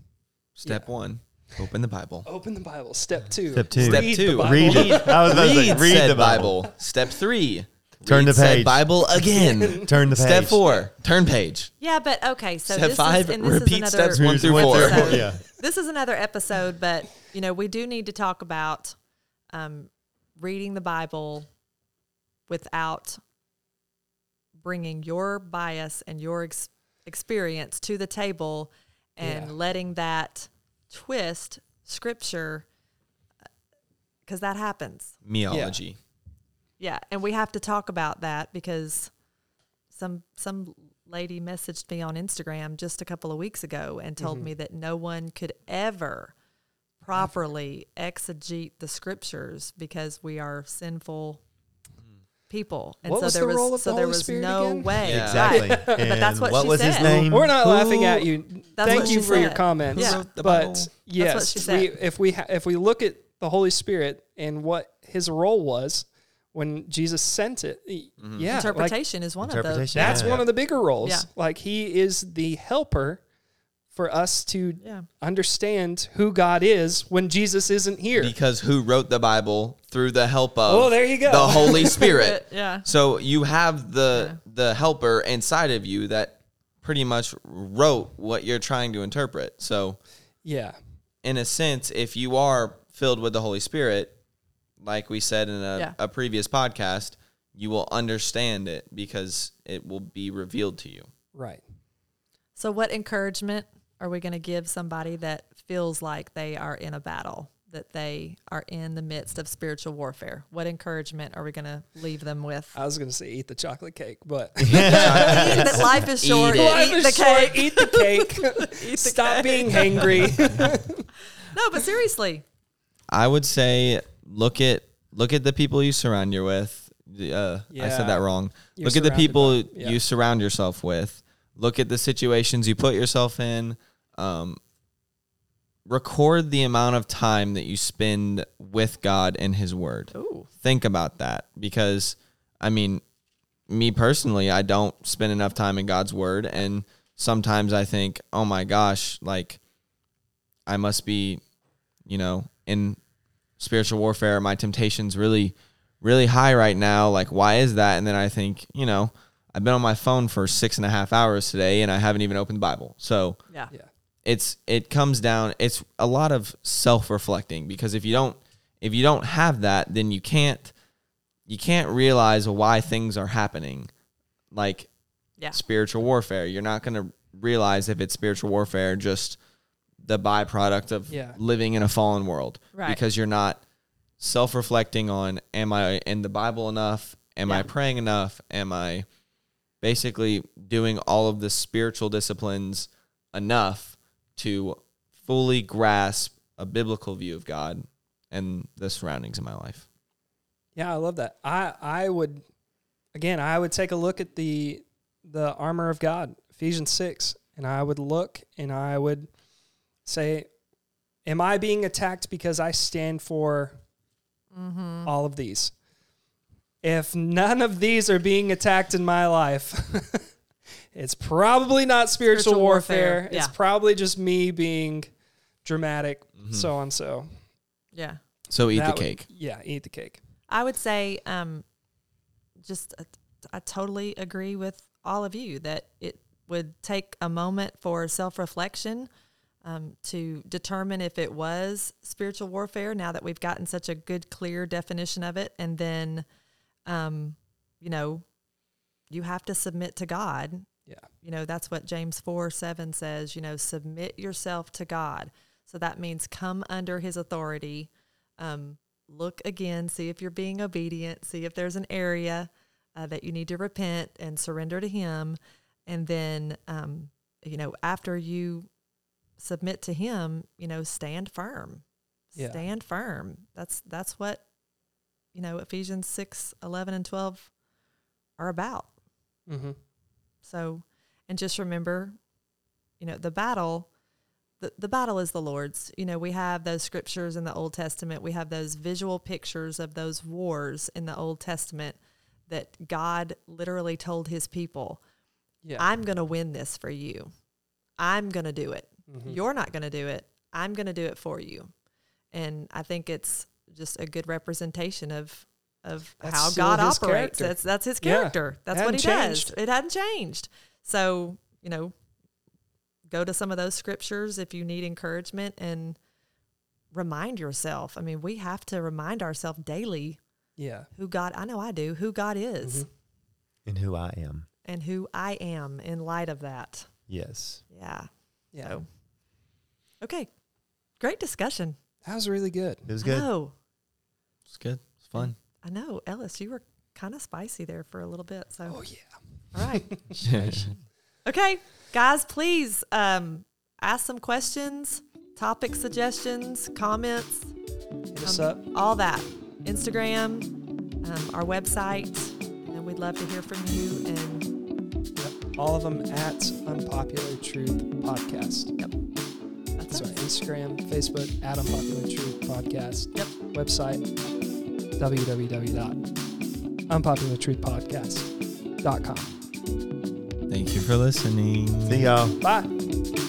[SPEAKER 1] Step one, open the Bible.
[SPEAKER 3] Open the Bible. Step two.
[SPEAKER 4] Step two.
[SPEAKER 1] Step
[SPEAKER 3] Read the
[SPEAKER 1] two,
[SPEAKER 3] Bible.
[SPEAKER 4] Read it. I was about to say,
[SPEAKER 1] Read,
[SPEAKER 4] read
[SPEAKER 1] said
[SPEAKER 4] the Bible.
[SPEAKER 1] Step three,
[SPEAKER 4] Turn
[SPEAKER 1] read
[SPEAKER 4] the
[SPEAKER 1] said
[SPEAKER 4] page.
[SPEAKER 1] Bible again.
[SPEAKER 4] Turn the page.
[SPEAKER 1] Step four, turn page.
[SPEAKER 2] Yeah, but okay. So
[SPEAKER 1] Step
[SPEAKER 2] this
[SPEAKER 1] five,
[SPEAKER 2] is, and this
[SPEAKER 1] repeat
[SPEAKER 2] is another,
[SPEAKER 1] steps one through four.
[SPEAKER 2] episode.
[SPEAKER 4] Yeah.
[SPEAKER 2] This is another episode, but you know we do need to talk about um, reading the Bible without bringing your bias and your ex- experience to the table and
[SPEAKER 3] Yeah.
[SPEAKER 2] letting that twist Scripture because that happens.
[SPEAKER 1] Meology.
[SPEAKER 2] Yeah, and we have to talk about that because some some lady messaged me on Instagram just a couple of weeks ago and told
[SPEAKER 3] Mm-hmm.
[SPEAKER 2] me that no one could ever properly exegete the scriptures because we are sinful people. And
[SPEAKER 3] Mm. What
[SPEAKER 2] so
[SPEAKER 3] was
[SPEAKER 2] there
[SPEAKER 3] the
[SPEAKER 2] was
[SPEAKER 3] role of
[SPEAKER 2] so
[SPEAKER 3] the
[SPEAKER 2] there
[SPEAKER 3] Holy
[SPEAKER 2] was
[SPEAKER 3] Spirit
[SPEAKER 2] no
[SPEAKER 3] again?
[SPEAKER 2] way.
[SPEAKER 1] Yeah.
[SPEAKER 4] Exactly.
[SPEAKER 2] Right. but that's
[SPEAKER 4] And
[SPEAKER 2] what,
[SPEAKER 4] what
[SPEAKER 2] she
[SPEAKER 4] was
[SPEAKER 2] said.
[SPEAKER 4] his name?
[SPEAKER 3] Mm-hmm. We're not
[SPEAKER 1] Who-
[SPEAKER 3] laughing at you.
[SPEAKER 2] That's
[SPEAKER 3] Thank
[SPEAKER 2] what
[SPEAKER 3] you
[SPEAKER 2] she
[SPEAKER 3] for your
[SPEAKER 2] said.
[SPEAKER 3] comments.
[SPEAKER 2] Yeah.
[SPEAKER 1] wrote the Bible?
[SPEAKER 3] But
[SPEAKER 1] That's
[SPEAKER 3] yes,
[SPEAKER 2] what she
[SPEAKER 3] we,
[SPEAKER 2] said.
[SPEAKER 3] if we ha- if we look at the Holy Spirit and what his role was when Jesus sent it, y-
[SPEAKER 1] Mm-hmm.
[SPEAKER 3] yeah, like,
[SPEAKER 2] Interpretation is one of
[SPEAKER 4] Interpretation.
[SPEAKER 2] the
[SPEAKER 3] that's
[SPEAKER 4] Yeah.
[SPEAKER 3] one of the bigger roles.
[SPEAKER 2] Yeah.
[SPEAKER 3] Like he is the helper for us to
[SPEAKER 2] Yeah.
[SPEAKER 3] understand who God is when Jesus isn't here.
[SPEAKER 1] Because who wrote the Bible through the help of
[SPEAKER 3] Oh, there you go.
[SPEAKER 1] the Holy Spirit.
[SPEAKER 2] Yeah.
[SPEAKER 1] So you have the the helper inside of you that pretty much wrote what you're trying to interpret. So
[SPEAKER 3] yeah.
[SPEAKER 1] in a sense, if you are filled with the Holy Spirit, like we said in a,
[SPEAKER 2] Yeah.
[SPEAKER 1] a previous podcast, you will understand it because it will be revealed to you.
[SPEAKER 3] Right.
[SPEAKER 2] So, what encouragement are we going to give somebody that feels like they are in a battle, that they are in the midst of spiritual warfare? What encouragement are we going to leave them with?
[SPEAKER 3] I was going to say eat the chocolate cake, but
[SPEAKER 2] that life is short.
[SPEAKER 1] it.
[SPEAKER 2] Eat,
[SPEAKER 1] Life
[SPEAKER 2] the cake.
[SPEAKER 3] Eat the cake. Stop being hangry.
[SPEAKER 2] No, but seriously,
[SPEAKER 1] I would say look at look at the people you surround you with. Uh, I
[SPEAKER 3] Yeah.
[SPEAKER 1] said that wrong.
[SPEAKER 3] You're
[SPEAKER 1] look at the
[SPEAKER 3] surrounded
[SPEAKER 1] people
[SPEAKER 3] by- yeah.
[SPEAKER 1] you surround yourself with. Look at the situations you put yourself in. Um, record the amount of time that you spend with God and His Word. Think about that because, I mean, me personally, I don't spend enough time in God's Word, and sometimes I think, oh my gosh, like I must be, you know, in spiritual warfare. My temptation's really, really high right now. Like, why is that? And then I think, you know, I've been on my phone for six and a half hours today, and I haven't even opened the Bible. So
[SPEAKER 2] yeah.
[SPEAKER 3] yeah.
[SPEAKER 1] it's it comes down. It's a lot of self reflecting because if you don't if you don't have that, then you can't you can't realize why things are happening. Like
[SPEAKER 2] Yeah.
[SPEAKER 1] spiritual warfare. You're not going to realize if it's spiritual warfare just the byproduct of
[SPEAKER 3] Yeah.
[SPEAKER 1] living in a fallen world
[SPEAKER 2] Right.
[SPEAKER 1] because you're not self-reflecting on am I in the Bible enough? Am I
[SPEAKER 2] Yeah.
[SPEAKER 1] praying enough? Am I basically doing all of the spiritual disciplines enough to fully grasp a biblical view of God and the surroundings of my life?
[SPEAKER 3] Yeah, I love that. I I would again, I would take a look at the the armor of God, Ephesians 6, and I would look and I would say am I being attacked because I stand for all of these? If none of these are being attacked in my life, it's probably not spiritual,
[SPEAKER 2] Spiritual warfare,
[SPEAKER 3] warfare. It's
[SPEAKER 2] yeah.
[SPEAKER 3] probably just me being dramatic, so on so.
[SPEAKER 2] Yeah.
[SPEAKER 1] So Mm-hmm. eat
[SPEAKER 3] That
[SPEAKER 1] the
[SPEAKER 3] would-
[SPEAKER 1] cake.
[SPEAKER 3] yeah, eat the cake.
[SPEAKER 2] I would say, um, just uh, I totally agree with all of you that it would take a moment for self reflection um, to determine if it was spiritual warfare. Now that we've gotten such a good, clear definition of it, and then, um, you know, you have to submit to God
[SPEAKER 3] Yeah.
[SPEAKER 2] you know, that's what James 4 7 says, you know, submit yourself to God. So that means come under his authority. Um, look again, see if you're being obedient, see if there's an area uh, that you need to repent and surrender to him. and then um, you know after you submit to him you know stand firm
[SPEAKER 3] Yeah.
[SPEAKER 2] stand firm that's that's what you know ephesians 6 11 and 12 are about
[SPEAKER 3] Mm-hmm.
[SPEAKER 2] so and just remember you know the battle the, the battle is the lord's you know we have those scriptures in the old testament we have those visual pictures of those wars in the old testament that god literally told his people
[SPEAKER 3] Yeah.
[SPEAKER 2] I'm going to win this for you. I'm going to do it.
[SPEAKER 3] Mhm.
[SPEAKER 2] You're not going to do it. I'm going to do it for you. And I think it's just a good representation of of
[SPEAKER 3] That's
[SPEAKER 2] how
[SPEAKER 3] still
[SPEAKER 2] God
[SPEAKER 3] his
[SPEAKER 2] operates.
[SPEAKER 3] character.
[SPEAKER 2] That's that's his
[SPEAKER 3] Yeah.
[SPEAKER 2] character. That's what he
[SPEAKER 3] Hadn't
[SPEAKER 2] does.
[SPEAKER 3] changed.
[SPEAKER 2] It hadn't changed. So, you know, go to some of those scriptures if you need encouragement and remind yourself. I mean, we have to remind ourselves daily
[SPEAKER 3] yeah.
[SPEAKER 2] who God, I know I do, who God is
[SPEAKER 3] Mhm.
[SPEAKER 4] And who I am.
[SPEAKER 2] and who I am in light of that.
[SPEAKER 4] Yes.
[SPEAKER 2] Yeah.
[SPEAKER 3] Yeah.
[SPEAKER 2] So, okay. Great discussion. Oh,
[SPEAKER 3] That was really good.
[SPEAKER 4] It was
[SPEAKER 2] I
[SPEAKER 4] good.
[SPEAKER 2] know.
[SPEAKER 1] It's good. It's fun.
[SPEAKER 2] I know. Ellis, you were kind of spicy there for a little bit. So,
[SPEAKER 3] Oh yeah.
[SPEAKER 2] all right.
[SPEAKER 1] Yeah.
[SPEAKER 2] Okay. Guys, please um, ask some questions, topic suggestions, comments,
[SPEAKER 3] Hit us
[SPEAKER 2] um,
[SPEAKER 3] up.
[SPEAKER 2] all that. Instagram, um, our website. And we'd love to hear from you. And
[SPEAKER 3] Yep. All of them at Unpopular Truth Podcast.
[SPEAKER 2] that's
[SPEAKER 3] So
[SPEAKER 2] us.
[SPEAKER 3] Instagram, Facebook, at Unpopular Truth Podcast.
[SPEAKER 2] Yep.
[SPEAKER 3] Website, www.unpopulartruthpodcast.com.
[SPEAKER 1] Thank you for listening.
[SPEAKER 4] See y'all.
[SPEAKER 3] Bye.